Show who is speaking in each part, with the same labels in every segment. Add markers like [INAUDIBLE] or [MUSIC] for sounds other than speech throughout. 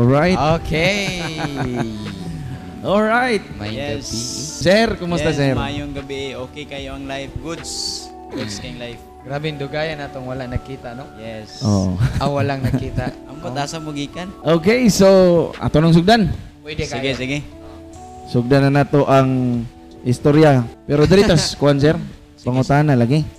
Speaker 1: Alright.
Speaker 2: Ah.
Speaker 3: Okay.
Speaker 2: [LAUGHS]
Speaker 1: Alright.
Speaker 3: May
Speaker 2: Yes.
Speaker 1: Sir, kumusta sir?
Speaker 2: yes, mayong gabi. Okay kayo ang life. Goods. Goods kayong life.
Speaker 3: gabi. Grabe yung dugayan atong wala nakita, no?
Speaker 2: Yes.
Speaker 1: Oo.
Speaker 3: Ah, walang nakita.
Speaker 2: [LAUGHS] Ang patasa mo gikan.
Speaker 1: Oh. Okay, so ato nang sugdan.
Speaker 3: Oh, Pwede
Speaker 2: Sige,
Speaker 3: kaya.
Speaker 2: sige.
Speaker 1: Sugdan na nato ang istorya. Pero
Speaker 2: [LAUGHS]
Speaker 1: diritas, kuan sir. Pangutana lagi. Ano,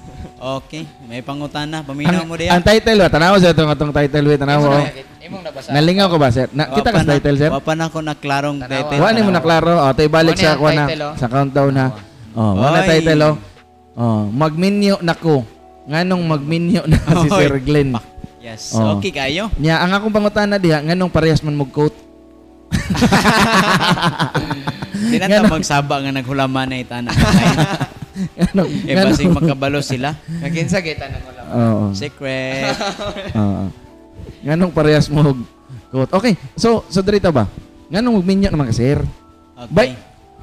Speaker 2: Okay. May pangutana. Paminaw mo diyan.
Speaker 1: ang title ba? Tanawa sa itong atong title ba? Tanawa. oh.
Speaker 3: Imong nabasa.
Speaker 1: Nalingaw ko ba sir? Na, kita ka sa title sir?
Speaker 2: Wapan ako na klarong
Speaker 3: Tanawa.
Speaker 2: title.
Speaker 1: Kuha ni mo na klaro. O, tayo balik
Speaker 3: Kuha na
Speaker 1: sa
Speaker 3: yung
Speaker 1: kuha na.
Speaker 3: title, oh.
Speaker 1: Sa countdown ha. O, kuha na
Speaker 2: Oy.
Speaker 1: title o. O, magminyo na ko. Nganong magminyo na si
Speaker 2: [LAUGHS] Oy.
Speaker 1: Sir Glenn.
Speaker 2: Yes.
Speaker 1: Oo.
Speaker 2: Okay
Speaker 1: [LAUGHS]
Speaker 2: kayo.
Speaker 1: Nya, ang akong pangutana diha, nganong parehas man mag-coat?
Speaker 2: Di na ta magsaba nga naghulaman
Speaker 1: [LAUGHS]
Speaker 2: na itana.
Speaker 1: Nganong?
Speaker 2: Eh basig makabalo sila.
Speaker 3: Nagkinsa kita nang wala. [LAUGHS]
Speaker 1: Oo.
Speaker 2: Secret.
Speaker 1: Oo. Nganong parehas mo og coat? Okay, so, so dirita ba? Nganong magminyo naman ka, Sir?
Speaker 2: Okay.
Speaker 1: Bay,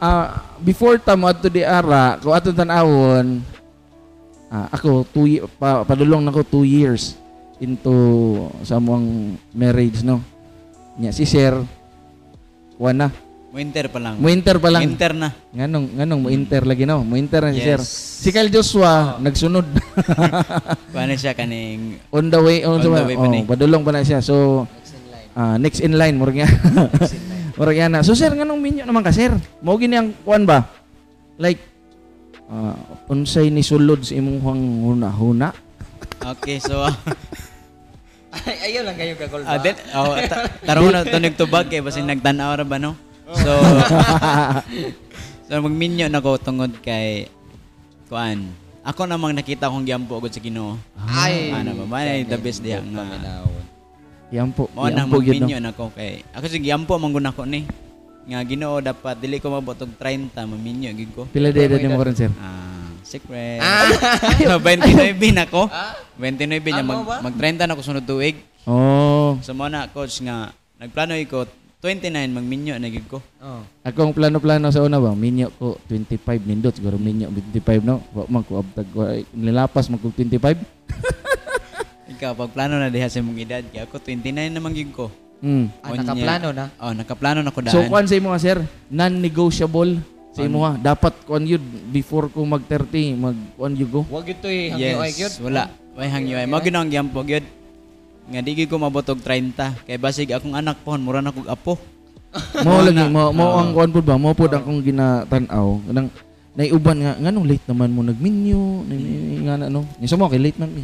Speaker 1: ah, before ta mo adto di ara, ko ato tanawon, ah, ako two ye- pa, padulong nako two years into sa among marriage no. Nya si Sir wana,
Speaker 2: Winter pa lang.
Speaker 1: winter pa lang.
Speaker 2: Winter na.
Speaker 1: Nganong nganong mo inter lagi no, mo inter na si
Speaker 2: Yes. Ah.
Speaker 1: Sir. Si Kyle Joshua nagsunod [LAUGHS]
Speaker 2: Paano siya kaning
Speaker 1: on the way on, the, way, oh,
Speaker 2: pa ni.
Speaker 1: padulong pa na siya. So ah, next in line murag nga. [LAUGHS] murag nga na. So sir nganong minyo naman ka sir? Mao gini ang kuan ba? Like ah, unsay ni sulod sa imong hang huna-huna?
Speaker 2: Okay, so [LAUGHS]
Speaker 3: Ay, ayaw lang kayo gagol ba?
Speaker 2: Ah, that, oh, ta- tarong na tunog tubag kay basi nagtanaw ra ba no? So So magminyo na ko tungod kay kuan. Ako namang nakita kong giampo agad sa Ginoo.
Speaker 3: Ay.
Speaker 2: Ano ba ba Ay, the best diha nga.
Speaker 1: Yan po.
Speaker 2: Mo na
Speaker 1: yan po yun, no?
Speaker 2: magminyo na ko kay ako sa giampo mangun ako ni. Nga Ginoo dapat dili ko mabotog 30 maminyo gid ko.
Speaker 1: Pila day ni mo karon sir?
Speaker 2: Ah, secret. [LAUGHS] so, 29 na ko. 29 niya mag, mag 30 na ko sunod tuig.
Speaker 1: Oh,
Speaker 2: So mo na coach nga nagplano ko 29 magminyo na gid ko.
Speaker 3: Oh.
Speaker 1: akong plano-plano sa una ba, minyo ko 25 nindot, siguro minyo 25 no. Wa man ko abtag ko ay, nilapas man ko 25.
Speaker 2: Ikaw pag plano na diha sa mong edad kay ako 29 na man gid ko.
Speaker 1: Mm.
Speaker 3: Ah,
Speaker 2: Unya-
Speaker 3: nakaplano na?
Speaker 2: Oh, nakaplano na ko daan.
Speaker 1: So kuan sa imo nga, sir, non-negotiable sa imo ha. Dapat kuan yun before ko mag 30, mag kuan yun [LAUGHS] go.
Speaker 3: Wag ito eh. Ang yes.
Speaker 2: yes, wala. Way hang UI. Mao ginang gyampo gyud. Nga di gid ko mabotog 30 kay basig akong anak pohon mura na kog apo.
Speaker 1: Mo Ah. lagi mo mo ang kuan pud ba? Mo pud ang kong ginatanaw nang naiuban nga nganong late naman mo nagminyo ni- ni- ni- nga na, ano. Ni mo kay late man mi.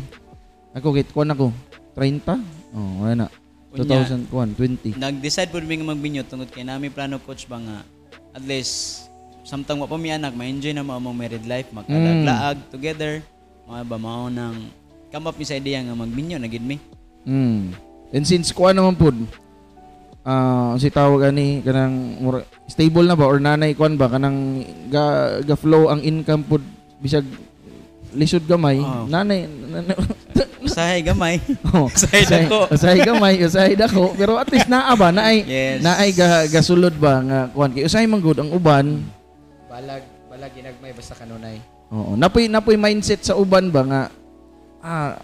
Speaker 1: Ako kay kuan ako 30. Oh, wala na.
Speaker 2: Unya.
Speaker 1: 2000 kuan 20.
Speaker 2: Nag-decide pud mi nga magminyo tungod kay nami plano coach ba nga at least samtang wa pa mi anak ma-enjoy na mo among married life,
Speaker 3: Mm.
Speaker 2: makadaglaag together. Mga ba mao nang come up mi sa idea nga magminyo na gid mi.
Speaker 1: Mm. And since kuan naman pud ah si tawag ani kanang mura- stable na ba or nanay kuan ba kanang ga, ga flow ang income pud bisag lisod gamay
Speaker 2: Oh.
Speaker 1: nanay, nanay [LAUGHS]
Speaker 2: Usahay gamay.
Speaker 1: oh,
Speaker 2: Usahay
Speaker 1: [LAUGHS]
Speaker 2: dako.
Speaker 1: usahay gamay usahay dako pero at least naa ba naay
Speaker 2: Yes.
Speaker 1: naay ga, gasulod ba nga kuan kay usahay man gud ang uban
Speaker 3: Balag, balag ginagmay basta kanunay.
Speaker 1: Oo. Napoy napoy mindset sa uban ba nga ah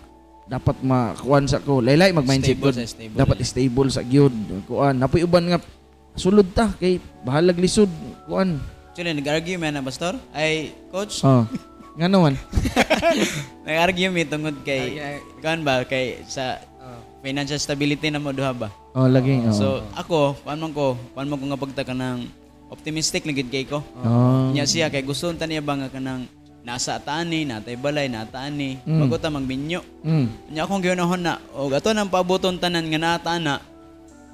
Speaker 1: dapat makuan sa ko. Laylay mag mindset gud.
Speaker 2: Stable sa stable. eh.
Speaker 1: Dapat stable sa gyud. Kuan. Napoy uban nga sulod ta kay bahalag lisod kuan.
Speaker 2: Actually, nag-argue man na, Pastor. Ay, Coach,
Speaker 1: Oh. nga naman.
Speaker 2: nag-argue mi tungod kay,
Speaker 3: Iya.
Speaker 2: kan ba, kay sa
Speaker 3: ah,
Speaker 2: financial stability na mo duha ba?
Speaker 1: Oh lagi. oo.
Speaker 2: So, ako, paano man ko, paano man ko nga pagtaka ng optimistic na gid kay ko.
Speaker 1: oh.
Speaker 2: Nya ya, siya, kay gusto ta niya ba nga kanang ya, nasa ataani, natay balay, nataani,
Speaker 1: Mm.
Speaker 2: bago ta magbinyo.
Speaker 1: Mm.
Speaker 2: Nya akong giunahon na, o ato nang pabuton tanan nga naataana,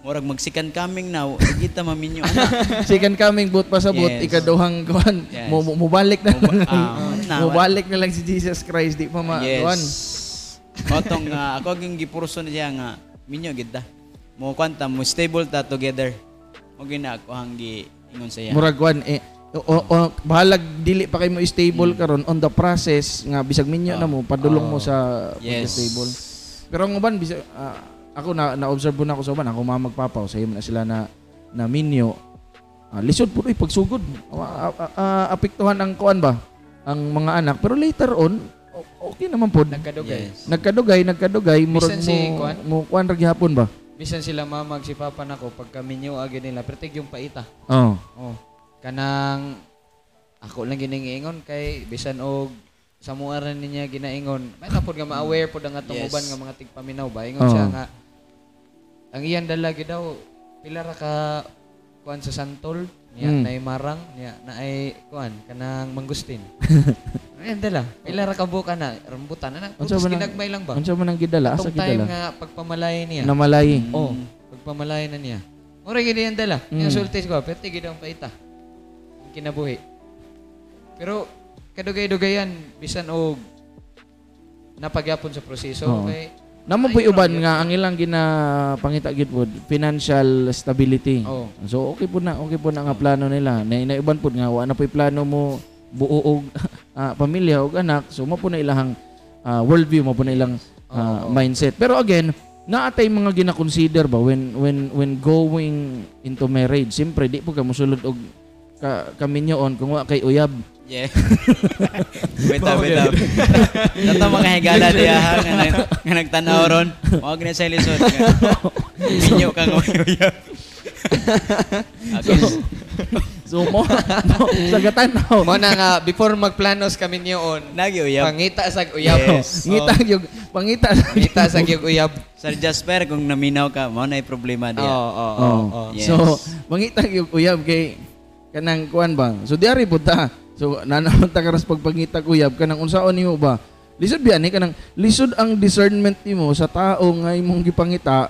Speaker 2: murag magsikan kaming now, kita maminyo ana.
Speaker 1: Second coming boot pa sa boot
Speaker 2: Yes.
Speaker 1: ikaduhang kuan.
Speaker 2: Yes.
Speaker 1: Mu- mu- Mubalik na. lang.
Speaker 2: Ah, na,
Speaker 1: Mubalik na lang si Jesus Christ di pa ma kuan.
Speaker 2: Yes. Motong nga ako yung gipurso na siya nga minyo gid ta. Mo kwanta mo stable ta together. Mo gina ako hanggi ingon sa iya.
Speaker 1: Murag kuan eh o, o, bahalag dili pa kay mo stable
Speaker 3: Mm.
Speaker 1: karon on the process nga bisag minyo na
Speaker 3: Ah.
Speaker 1: mo padulong mo sa
Speaker 2: Yes.
Speaker 1: stable. Pero ang uban bisag ah, ako na na-observe na ako sa uban ako mga magpapaw sa na sila na na minyo ah, lisod pud ah, uy pagsugod. Ah, ah, ah, apektuhan ang kuan ba ang mga anak pero later on o- okay naman po.
Speaker 3: Nagkadugay.
Speaker 2: Yes.
Speaker 1: Nagkadugay, nagkadugay. Murag
Speaker 3: Bisan
Speaker 1: mo,
Speaker 3: si Kuan?
Speaker 1: mo kuan ra gihapon ba?
Speaker 3: Bisan sila mamag si papa nako pag kami niyo agad nila pertig yung paita.
Speaker 1: Oh.
Speaker 3: Oh. Kanang ako lang ginaingon kay bisan og sa muaran niya ginaingon. May napod nga ma-aware pod ang atong
Speaker 2: Yes.
Speaker 3: uban nga mga tigpaminaw ba. Ingon
Speaker 1: Oo.
Speaker 3: siya nga ang iyan dala gyud daw pila ra ka kuan sa santol niya
Speaker 1: Mm.
Speaker 3: naay marang niya naay kuan kanang
Speaker 1: [LAUGHS]
Speaker 3: mangustin. Ayan dala. Pila ra ka buka na rambutan na.
Speaker 1: Unsa
Speaker 3: Putos
Speaker 1: man ang-
Speaker 3: ginagmay lang ba?
Speaker 1: Ano siya man ang gidala? Asa
Speaker 3: Itong time
Speaker 1: gidala?
Speaker 3: nga pagpamalay niya.
Speaker 1: Namalay.
Speaker 3: Oo. Oh, pagpamalayan na niya. Mura gini yung dala. Yung sultis ko, pwede gini ang paita. Ang kinabuhi. Pero, kadugay-dugayan, bisan og napagyapon sa proseso.
Speaker 1: Oo.
Speaker 3: Okay?
Speaker 1: Namo po uban nga ang ilang ginapangita gid po financial stability.
Speaker 3: Oo.
Speaker 1: So okay po na, okay po na nga plano nila. Na inaiban po nga wa na po'y plano mo buo og [LAUGHS] ah, pamilya og anak. So mo po na ilahang ah, worldview mo po na ilang ah, mindset. Pero again, naatay mga gina-consider ba when when when going into marriage. Siyempre di po ka musulod og ka, kaminyoon kung wa kay uyab.
Speaker 2: Yeah. [LAUGHS] wait up, wait
Speaker 1: [LAUGHS]
Speaker 2: up. Dato mga higala di ha, nga, nag- nga nagtanaw ron. Huwag na sa lisod.
Speaker 1: [LAUGHS]
Speaker 2: Minyo ka nga uyab. Okay.
Speaker 1: So mo, [LAUGHS] mo sa [LAUGHS] gatanaw.
Speaker 3: Mo na nga, before magplanos kami niyon,
Speaker 2: Nag-uyab.
Speaker 3: pangita sa uyab.
Speaker 2: Yes.
Speaker 1: Ngita yung pangita sa
Speaker 3: Pangita sa uyab.
Speaker 2: Sir Jasper, kung naminaw ka, mo na problema
Speaker 3: Oo,
Speaker 2: diya.
Speaker 3: oo, oo,
Speaker 1: Oh,
Speaker 3: oo.
Speaker 2: Yes.
Speaker 1: So, mangita yung uyab kay kanang kuan ba. So diari po ta. So nanaon ta karas pagpangita uyab kanang unsaon nimo ba? Lisod biyan ni kanang lisod ang discernment nimo sa tao nga imong gipangita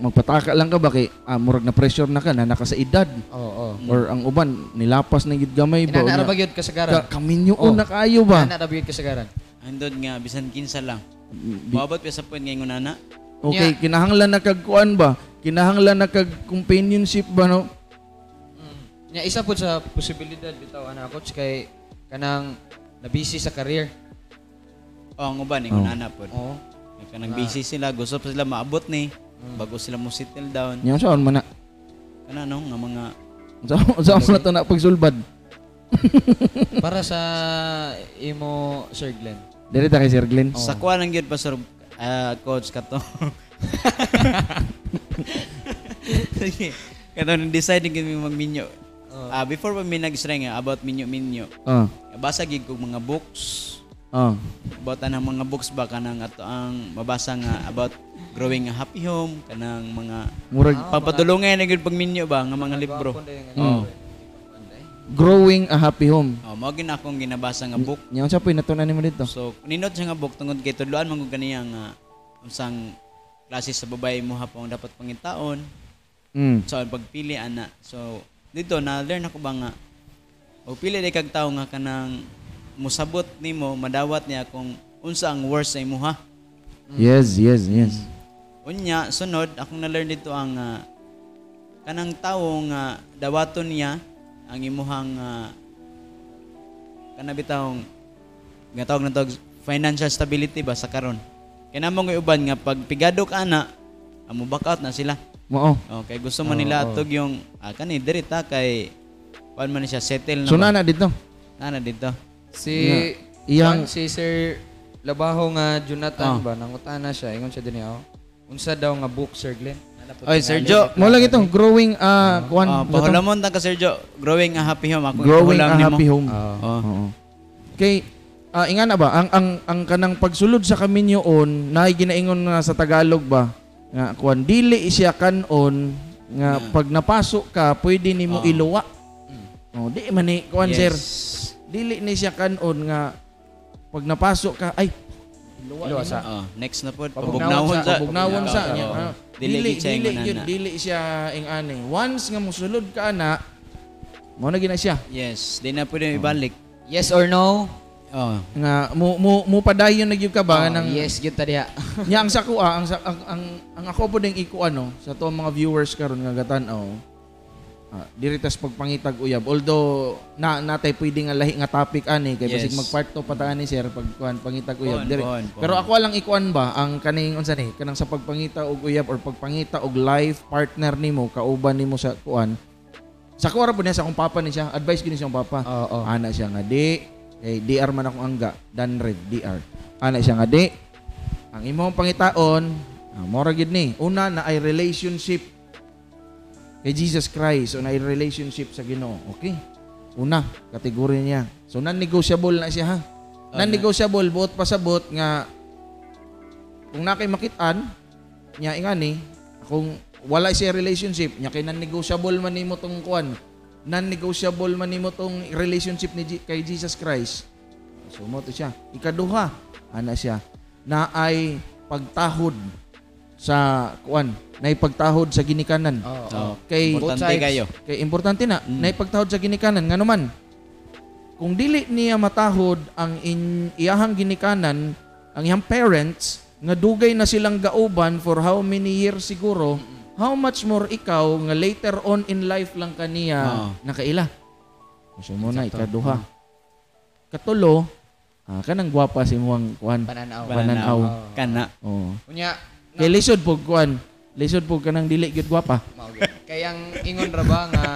Speaker 1: magpataka lang ka ba kay ah, murag na pressure na ka na naka sa edad
Speaker 3: Oo, oo.
Speaker 1: or ang uban nilapas na gid gamay ba.
Speaker 3: Inanara
Speaker 1: Una,
Speaker 3: ba yun kasagaran?
Speaker 1: ka, kaminyo
Speaker 3: Oh.
Speaker 1: una kaayo ba?
Speaker 3: Inanara ba yun kasagaran?
Speaker 2: Andod nga, bisan kinsa lang. Mabot pa sa point ngayon na
Speaker 1: Okay, kinahanglan na kag kuan ba? Kinahanglan na kag companionship ba no?
Speaker 3: Mm. Nya isa po sa posibilidad bitaw ana coach kay kanang nabisi sa career.
Speaker 2: O, ang uban, ingon na po.
Speaker 3: Oo.
Speaker 2: Kaya nang busy sila, gusto pa sila maabot ni. Bago sila mo settle down.
Speaker 1: Nya unsaon man na?
Speaker 2: Kana no, nga mga
Speaker 1: Unsaon unsaon man na to na pagsulbad?
Speaker 3: Para sa imo Sir Glenn.
Speaker 1: Dere ta kay Sir Glenn.
Speaker 2: sakwa lang gyud pa sir ah, coach kato. Sige. Kato nang decide gyud mi magminyo. Ah before pa mi nag-string ah, about minyo-minyo.
Speaker 1: Ah.
Speaker 2: Basa gyud kog mga books.
Speaker 1: Ah.
Speaker 2: About anang mga books ba kanang ato ang mabasa nga about growing a happy home kanang mga
Speaker 1: Murag
Speaker 2: papadulongan na gyud pagminyo ba nga mga libro.
Speaker 1: Mm.
Speaker 3: ano, eh.
Speaker 1: Growing a Happy Home.
Speaker 2: Oh, mao gyud akong ginabasa nga book.
Speaker 1: Nya unsa po natunan nimo dito?
Speaker 2: So, ninot siya nga book tungod kay tudloan man gud kaniya nga unsang klase sa babae mo hapong dapat pangitaon.
Speaker 1: Mm.
Speaker 2: So, ang pagpili ana. So, dito na learn ako ba nga o pili di kag tawo nga kanang musabot nimo madawat niya kung unsa ang worst sa imuha.
Speaker 1: Hmm. Yes, yes, yes.
Speaker 2: Unya, sunod akong na-learn dito ang ah, kanang tawo nga dawaton niya ang imuhang uh, kanabitawong nga tawag na tawag financial stability ba sa karon. Kaya namang yung uban nga pag pigado ka na, amo back out na sila.
Speaker 1: Mao.
Speaker 2: Okay, gusto man nila atog yung ah, kani diri ta kay paano man siya settle na.
Speaker 1: So
Speaker 2: ba?
Speaker 1: nana dito.
Speaker 2: Nana dito.
Speaker 3: Si
Speaker 1: Iyang-
Speaker 3: Iyang si Sir Labaho nga
Speaker 2: Ah.
Speaker 3: Jonathan ba nangutana siya ingon siya dinhi ako. Unsa daw nga book Sir Glenn? Ano po
Speaker 2: Oy,
Speaker 3: tingali?
Speaker 2: Sir Jo.
Speaker 1: Mao lang itong growing a kuan
Speaker 2: Oh, pahulamon ta ka Sir Jo. Growing a happy home ako.
Speaker 1: growing
Speaker 2: pahulam
Speaker 1: a
Speaker 2: nimo.
Speaker 1: happy home.
Speaker 3: Ah.
Speaker 1: Ah,
Speaker 2: Oh.
Speaker 1: Oo. Kay ah, ingana ba ang ang ang kanang pagsulod sa kaminyoon na ginaingon nga sa Tagalog ba nga kuan dili siya kanon nga pag napasok ka pwede nimo iluwa. Oh, di man ni kuan sir. Dili ni siya kanon nga pag napasok ka ay
Speaker 3: Ilo sa
Speaker 2: Oh, next na po.
Speaker 1: pabugnawon Ah, sa
Speaker 2: Pabugnawon sa.
Speaker 1: pabugnawon sa
Speaker 2: Oo.
Speaker 1: niya. Ah,
Speaker 2: Dili gid siya
Speaker 1: dili
Speaker 2: ingon
Speaker 1: yun,
Speaker 2: ana.
Speaker 1: dili siya ing ani. Once nga mosulod ka ana mo na gina siya
Speaker 2: Yes, di na pwede ibalik.
Speaker 3: Yes or no?
Speaker 2: Oh.
Speaker 1: nga mo mo, mo padayon na gyud ka ba
Speaker 3: Oh,
Speaker 1: nang
Speaker 3: yes gyud ta diha.
Speaker 1: Nya ang sako ah, ang, sa- ang, ang, ang ako po ding iku ano, sa to mga viewers karon nga gatan-aw. Ah, diritas pagpangitag uyab. Although na natay pwede nga lahi nga topic ani kay
Speaker 2: Yes.
Speaker 1: basig magpart to pataan ni sir pag kuan pangitag uyab.
Speaker 2: Kuan,
Speaker 1: Diri-
Speaker 2: kuan, kuan.
Speaker 1: Pero ako lang ikuan ba ang kaning unsa ni kanang sa pagpangita og uyab or pagpangita og life partner nimo kauban nimo sa kuan. Sa kuwara po niya sa akong papa ni siya, advice gini sa akong papa.
Speaker 3: Oo.
Speaker 1: Ana siya nga di Kay DR man akong angga, Danred DR. Ana siya nga di. Ang imong pangitaon, ah, mora gid ni. Una na ay relationship kay Jesus Christ o na ay relationship sa Ginoo. Okay? Una, kategory niya. So non-negotiable na siya ha. Non-negotiable buot pasabot nga kung na kay makitaan niya ingani kung wala siya relationship niya kay non-negotiable man nimo tong kuan non-negotiable man nimo tong relationship ni Je- kay Jesus Christ so mo to siya ikaduha ana siya na ay pagtahod sa kuan na pagtahod sa ginikanan
Speaker 3: Oo.
Speaker 2: Oo.
Speaker 1: kay
Speaker 2: Importante
Speaker 3: sides.
Speaker 2: kayo.
Speaker 1: kay importante na na ipagtahod sa ginikanan nga naman. Kung dili niya matahod ang in, iyahang ginikanan, ang iyang parents nga dugay na silang gauban for how many years siguro, how much more ikaw nga later on in life lang
Speaker 2: Oo.
Speaker 1: kaniya nakaila. So muna ikaduha. Katulo, ah, kanang gwapa si muang kuan.
Speaker 3: Pananaw.
Speaker 1: Pananaw.
Speaker 3: Oo.
Speaker 2: Kana.
Speaker 1: Oh.
Speaker 3: oh. Unya,
Speaker 1: Kay lisod po kuan. Lisod po kanang dili gyud gwapa.
Speaker 3: mao gyud. Kay ang ingon ra ba nga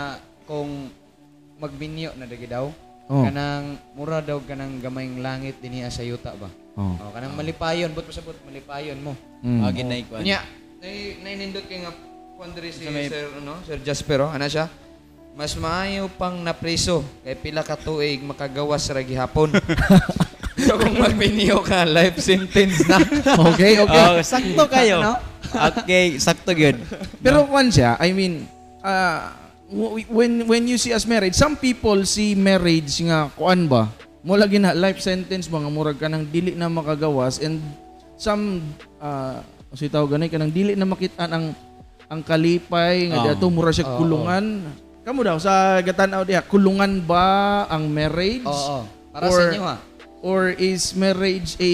Speaker 3: kung magminyo na dagi daw,
Speaker 1: Oh.
Speaker 3: kanang mura daw kanang gamayng langit dinhi sa yuta ba.
Speaker 1: Oh.
Speaker 3: Oh, kanang malipayon, but pasabot malipayon mo.
Speaker 1: Mm.
Speaker 2: Oh, ginay ko.
Speaker 3: Unya, nay nainindot kay nga kundri si
Speaker 2: Sa may-
Speaker 3: Sir ano, Sir Jaspero, ana siya. Mas maayo pang napriso kay pila ka tuig makagawas ra gihapon. so kung magminyo ka, life sentence na.
Speaker 1: Okay, okay.
Speaker 2: Oh, [LAUGHS] sakto kayo.
Speaker 3: Ano?
Speaker 2: okay,
Speaker 1: [LAUGHS]
Speaker 2: sakto good.
Speaker 1: Pero kwan siya, I mean, ah, w- when when you see us married, some people see marriage nga kuan ba? Mula gina life sentence ba nga murag ka ng dili na makagawas and some ah uh, si tawag ganay ka ng dili na makita ang ang kalipay nga
Speaker 2: Oo.
Speaker 1: dato mura siya
Speaker 3: Oo.
Speaker 2: Ah,
Speaker 1: kulungan. Kamu daw sa gatanaw diha, kulungan ba ang marriage?
Speaker 3: Oo, oo.
Speaker 2: Ah,
Speaker 3: Para
Speaker 1: Or-
Speaker 3: sa inyo ha.
Speaker 1: Or is marriage a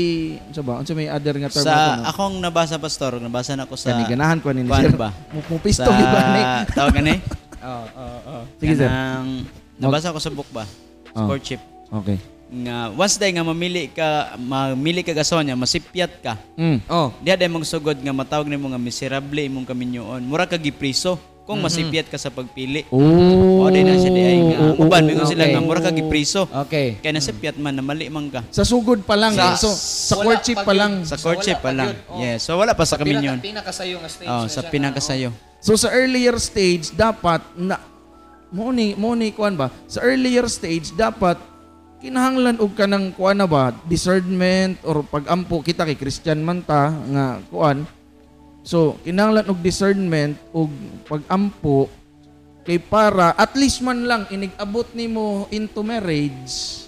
Speaker 1: unsa ba? Unsa may other nga term
Speaker 2: sa
Speaker 1: ako?
Speaker 2: akong nabasa pastor, nabasa na ko sa
Speaker 1: Kani ganahan ko ni
Speaker 2: Kuan
Speaker 1: sir.
Speaker 2: ba?
Speaker 1: Mupisto ba ni?
Speaker 2: [LAUGHS] tawag ka na eh?
Speaker 3: Oo, oo, oo.
Speaker 1: [LAUGHS] Sige, sir.
Speaker 2: Kanang- nabasa ko sa book ba?
Speaker 1: Oh.
Speaker 2: Courtship.
Speaker 1: Okay.
Speaker 2: Nga, once day nga mamili ka, mamili ka gasonya, masipyat ka.
Speaker 1: Mm.
Speaker 3: Oh,
Speaker 2: Diya day mong sugod nga matawag na mo nga miserable imong kaminyoon. Mura ka gipriso kung
Speaker 3: Mhm.
Speaker 2: masipyat ka sa pagpili.
Speaker 1: Oh.
Speaker 2: O di na siya di ay nga.
Speaker 1: Oo, oo, oo,
Speaker 2: Uban, mingon sila
Speaker 3: okay.
Speaker 2: nga, mura ka gipriso.
Speaker 3: okay.
Speaker 2: Kaya nasipyat man, namali man ka.
Speaker 1: Sa sugod pa lang. eh.
Speaker 2: Sa-
Speaker 1: so, sa
Speaker 3: wala
Speaker 1: courtship
Speaker 3: pag
Speaker 1: pa
Speaker 3: yun.
Speaker 1: lang.
Speaker 2: Sa
Speaker 3: So,
Speaker 2: courtship
Speaker 3: wala
Speaker 2: pa
Speaker 3: pa
Speaker 2: lang.
Speaker 3: yun, oh.
Speaker 2: Yes, so wala pa sa kaminyoon.
Speaker 3: Pinaka, pinakasayo nga stage
Speaker 2: Oh,
Speaker 3: na
Speaker 2: sa
Speaker 3: siya na,
Speaker 2: pinakasayo.
Speaker 1: So, sa earlier stage, dapat na... Muni, muni, kuan ba? Sa earlier stage, dapat kinahanglan og ka ng kuan na ba? Discernment or pagampo. Kita kay Christian man ta nga kuan. So, kinahanglan og discernment og pagampo kay para at least man lang inigabot nimo into marriage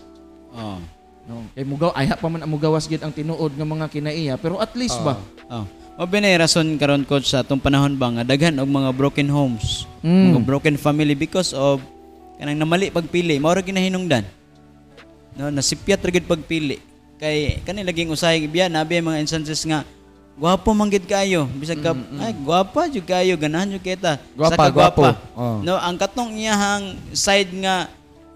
Speaker 2: Oh.
Speaker 1: No. Kay mugaw ay pa man ang mugawas gid ang tinuod ng mga kinaiya pero at least ba.
Speaker 2: Oh. Mabinay rason karon coach sa atong panahon ba nga daghan og mga broken homes,
Speaker 1: Mm.
Speaker 2: mga broken family because of kanang namali pagpili, mao ra ginahinungdan. No, nasipyat ra gid pagpili. Kay kani laging usahay biya nabi mga instances nga gwapo manggid kayo bisag ka ay gwapa jud kayo ganahan jud kita
Speaker 1: Mm, Gwapa,
Speaker 2: Saka
Speaker 1: gwapo. Oh.
Speaker 2: no ang katong iyahang side nga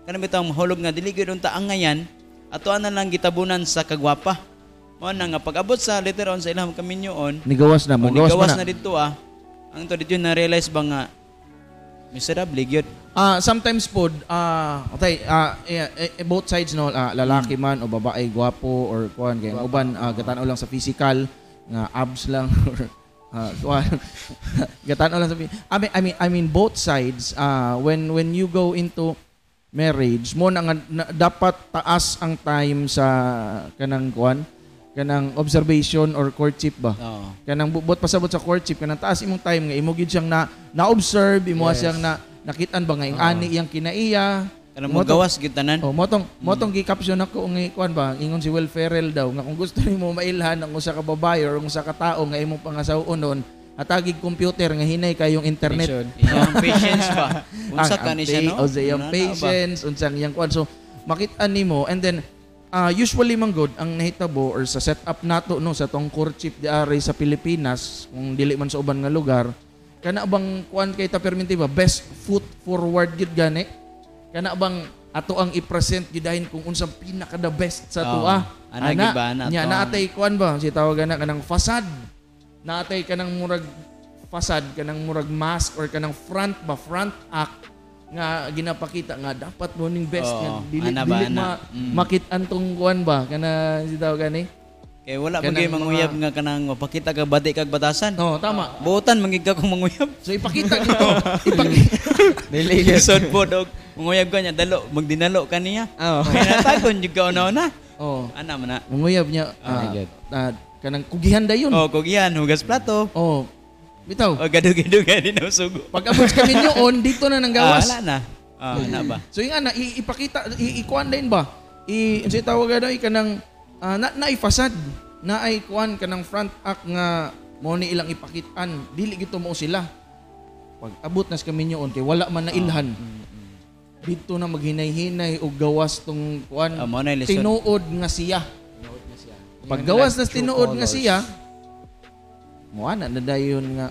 Speaker 2: kanang bitaw mahulog nga dili gyud unta angayan ato na lang gitabunan sa kagwapa mo na nga pag-abot sa later on sa ilang kaminyoon
Speaker 1: Nigawas na,
Speaker 2: o
Speaker 1: mugawas
Speaker 2: nigawas
Speaker 1: na.
Speaker 2: na dito ah ang to dito na realize ba nga miserable gyud
Speaker 1: Ah, sometimes pod ah okay, ah, eh, eh, eh, both sides no, ah, lalaki man o babae gwapo or kuan kay ang uban ah, gatanaw lang sa physical nga abs lang [LAUGHS] or ah, kuan [LAUGHS] gatanaw lang sa phy- I mean I mean I mean both sides ah when when you go into marriage mo na, nga na- dapat taas ang time sa kanang kuan kanang observation or courtship ba
Speaker 2: oo
Speaker 1: kanang bubot pasabot sa courtship kanang taas imong time nga imo gid siyang na na-observe imo
Speaker 3: Yes.
Speaker 1: siyang na nakitaan ba nga yung ani iyang kinaiya
Speaker 2: kanang
Speaker 1: Mo to-
Speaker 2: magawas gyud tanan
Speaker 1: Oh, motong motong gi-caption ako ng kuan ba ingon si Will Ferrell daw nga kung gusto nimo mailhan ang usa ka babae or ang usa ka tao nga imong pangasawon atagig computer nga hinay kayong internet
Speaker 3: Vision.
Speaker 2: iyang
Speaker 1: [LAUGHS]
Speaker 2: patience ba unsa ka ni siya
Speaker 1: O
Speaker 2: no
Speaker 1: oh, sa iyang
Speaker 2: Una na ba?
Speaker 1: patience, unsang iyang kuan. So, makita nimo and then ah, usually man good ang nahitabo or sa setup nato no sa tong courtship di ari sa Pilipinas kung dili man sa uban nga lugar kana bang kuan kay ta perminti ba best foot forward gid gani kana bang ato ang i-present gidahin kung unsang pinaka the best sa
Speaker 2: Oo.
Speaker 1: tuwa
Speaker 2: Ana gid ba, ana
Speaker 1: nya
Speaker 2: to?
Speaker 1: naatay kuan ba si tawag na kanang facade naatay kanang murag facade kanang murag mask or kanang front ba front act nga ginapakita nga dapat mo ning best
Speaker 2: Oo.
Speaker 1: nga dili
Speaker 2: Ana ba,
Speaker 1: dili
Speaker 2: ana?
Speaker 1: ma,
Speaker 2: Mm.
Speaker 1: makit-an tong kuan ba kana si tawag ani
Speaker 2: Kaya wala
Speaker 1: Kanang
Speaker 2: bagay
Speaker 1: mga-
Speaker 2: manguyab nga kanang mapakita ka bati kag batasan.
Speaker 1: no tama
Speaker 2: Buotan mangig ka kung manguyab.
Speaker 1: so
Speaker 2: [LAUGHS]
Speaker 1: ipakita dito ipakita
Speaker 2: Lisod po dog. Manguyab ka niya dalo magdinalo ka niya.
Speaker 3: Oo.
Speaker 2: Kaya natagon jud ka una-una.
Speaker 1: oh
Speaker 2: Ana man na.
Speaker 1: manguyab niya ah,
Speaker 3: get.
Speaker 1: ah, kanang kugihan dayon
Speaker 2: Oh, kog yan hugas plato. Oh, kan
Speaker 1: oh bitaw
Speaker 2: O gadug-gadug din ang sugo.
Speaker 1: pag abot kami
Speaker 2: [LAUGHS]
Speaker 1: on dito na nang
Speaker 2: Ah,
Speaker 1: gawas
Speaker 2: wala na. Ah, ana ba?
Speaker 1: So yung ana, i- ipakita, i- ikuan din ba? I, ang siya tawag ano, ikanang, ah, na, na ifasad, na ay kuan kanang front act nga mo ni ilang ipakitaan, dili gito mo sila. Pag abot nas kami nyo, kay wala man na
Speaker 2: Ah,
Speaker 1: ilhan.
Speaker 2: mm,
Speaker 1: Dito na maghinay-hinay o gawas tong kuan.
Speaker 2: Ah, mao na yung lesson.
Speaker 1: tinuod nga siya. Pag gawas nas tinuod nga siya, mo ana na dayon nga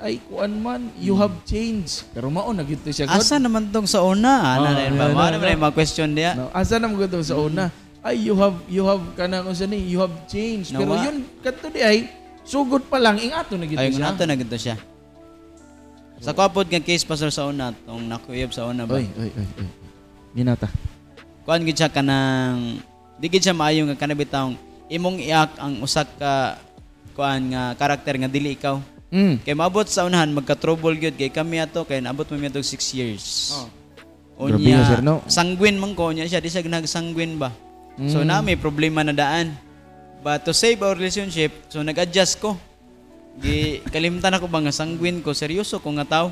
Speaker 1: ay kuan man you have changed pero mao na gyud to siya God.
Speaker 2: Asa naman tong sa una? Ana
Speaker 1: Ah,
Speaker 2: na yun ba?
Speaker 1: ano,
Speaker 2: Ano
Speaker 1: ano?
Speaker 2: na yung mga question diya?
Speaker 1: No, asa na mo sa una? Ay, you have, you have, kana ko sa ni, you have changed. Pero
Speaker 2: Nawa.
Speaker 1: yun, kato di ay, sugod pa lang, ingato na gito
Speaker 2: Ayun
Speaker 1: siya.
Speaker 2: na to na ganito siya. gitu, Sa kwapod nga case pastor sa una, tong nakuyab sa una ba?
Speaker 1: Oy, oy, oy, oy. Ginata.
Speaker 2: Kuan gid siya kanang di gid siya maayo nga kanabi taong imong iak ang usak ka kuan nga ah, karakter nga dili ikaw.
Speaker 1: Mm.
Speaker 2: Kay maabot sa unahan magka trouble gyud kay kami ato kay naabot man mi 6 years.
Speaker 1: Oh. Grabe nga, sir, no?
Speaker 2: sanguine man ko niya siya di siya nagsangwin ba.
Speaker 1: Mm.
Speaker 2: So na may problema na daan. But to save our relationship, so nag-adjust ko. Gi kalimtan ako ba nga sanguine ko, seryoso ko nga tao.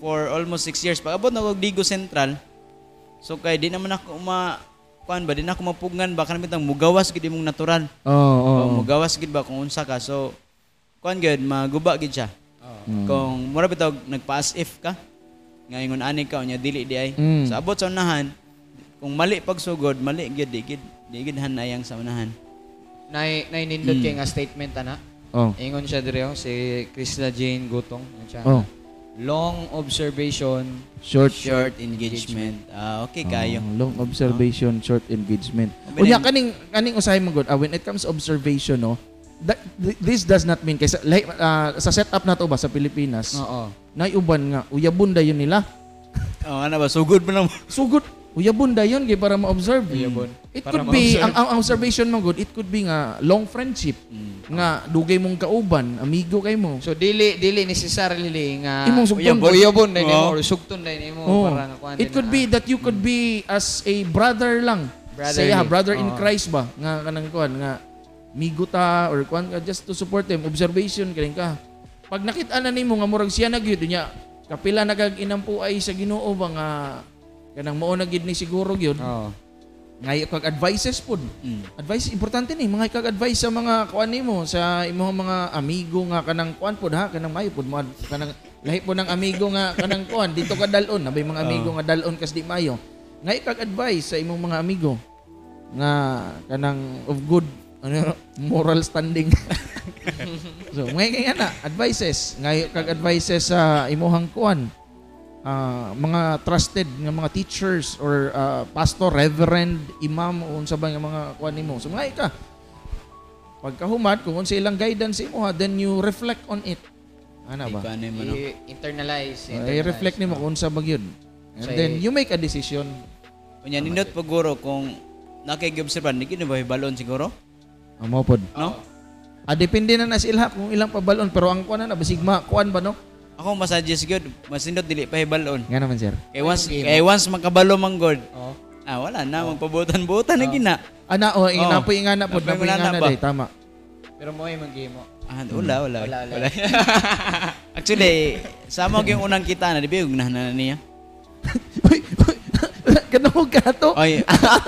Speaker 2: For almost 6 years pag abot na ko og Digo Central. So kay di naman ako ma kuan ba di na ako mapugngan ba kanang bitang mugawas gid imong natural.
Speaker 1: Oo, oo.
Speaker 2: Oh, mugawas gid ba kung unsa ka. So kuan gyud maguba gid siya.
Speaker 3: Oh.
Speaker 1: Hmm.
Speaker 2: Kung mura bitaw nagpa-as if ka ngayon ani ka unya dili di ay.
Speaker 1: Mm.
Speaker 2: Sa abot sa unahan kung mali pagsugod, mali gyud di gid di gid hanayang sa unahan.
Speaker 3: Nay nainindot
Speaker 1: Hmm.
Speaker 3: kay nga statement ana.
Speaker 1: Oh.
Speaker 3: Ingon siya dire oh, si Krista Jane Gutong, Ano siya.
Speaker 1: Oh.
Speaker 3: Long observation.
Speaker 1: Short.
Speaker 2: Short engagement. Ah, okay kayo.
Speaker 1: Oh, long observation, short engagement.
Speaker 2: Mabilis.
Speaker 1: Unya, kaning, kaning usahay mo good, ah, when it comes observation, no, that, th- this does not mean, kaysa, like, ah, sa setup na to ba, sa Pilipinas,
Speaker 3: Oo.
Speaker 1: naiuban nga, uyabunda yun nila.
Speaker 2: Oh, ano ba sugod mo lang.
Speaker 1: Sugot, uyabon da yun kay para ma-observe.
Speaker 3: Uyabon.
Speaker 1: It
Speaker 3: Para
Speaker 1: could be,
Speaker 3: ma-observe.
Speaker 1: ang, ang observation mo good, it could be nga long friendship. Nga dugay mong kauban, amigo kay mo.
Speaker 3: So dili dili necessarily nga
Speaker 1: Imong sugton.
Speaker 3: uyabon- uyabon na nimo
Speaker 2: Oo.
Speaker 3: or sugton na nimo
Speaker 1: Oo.
Speaker 3: para nga kuan
Speaker 1: it could be that you could be as a brother lang. Say,
Speaker 3: Brotherly.
Speaker 1: ah, brother in
Speaker 3: Oo.
Speaker 1: Christ ba? Nga kanang kuan nga migo ta or kuan ka just to support them. Observation kaling ka. Pag nakita na nimo nga murag siya na gyud niya, kapila nagag inampuay sa Ginoo ba nga kanang mao na gyud ni siguro gyud.
Speaker 3: Oo.
Speaker 1: Ngay kag advices pod. Advice importante ni mga kag advice sa mga kuan nimo sa imong mga amigo nga kanang kuan pod ha kanang mayo pod mo ad- kanang lahi po ng amigo nga kanang kuan dito ka dalon nabay mga amigo nga dalon kas di mayo. Ngay kag advice sa imong mga amigo nga kanang Nah, of good ano moral standing. [LAUGHS] so ngay kay ana advices ngay kag advices sa imong kuan ah, mga trusted nga mga teachers or ah, pastor, reverend, imam o unsa ba nga mga kuan nimo. So mga ka. Pagkahumat kung unsa ilang guidance imo ha, then you reflect on it. Ana ba?
Speaker 2: Ano yung manok?
Speaker 3: I-internalize.
Speaker 1: Ay reflect nimo kung unsa ba gyud. And
Speaker 3: Say-
Speaker 1: then you make a decision.
Speaker 2: Kunya nindot paguro kung nakikigobserban, di gid ba balon siguro?
Speaker 1: Amo pod.
Speaker 2: No?
Speaker 1: Ah, depende na na sa ilha kung ilang pabalon pero ang kuan na basigma kuan ba no?
Speaker 2: Ako masagis gyud, masindot dili pa hibalon.
Speaker 1: Nga naman sir.
Speaker 2: Kay once kay once makabalo man god.
Speaker 3: Oo.
Speaker 2: Ah, wala na magpabutan-butan na gina.
Speaker 1: Ana o oh,
Speaker 2: Oh.
Speaker 1: inapoy nga na pod,
Speaker 2: Napoy
Speaker 1: napoy
Speaker 2: nga
Speaker 1: nga
Speaker 2: na
Speaker 1: na
Speaker 2: ba?
Speaker 1: day tama. [LAUGHS]
Speaker 3: Pero mo ay mag-game mo.
Speaker 2: Ah, wala, wala.
Speaker 3: Wala, wala. [LAUGHS]
Speaker 2: Actually, sama ko yung unang kita nah, na, di ba yung ganahan na niya?
Speaker 1: [LAUGHS] Kanamo ka to?
Speaker 2: Oy,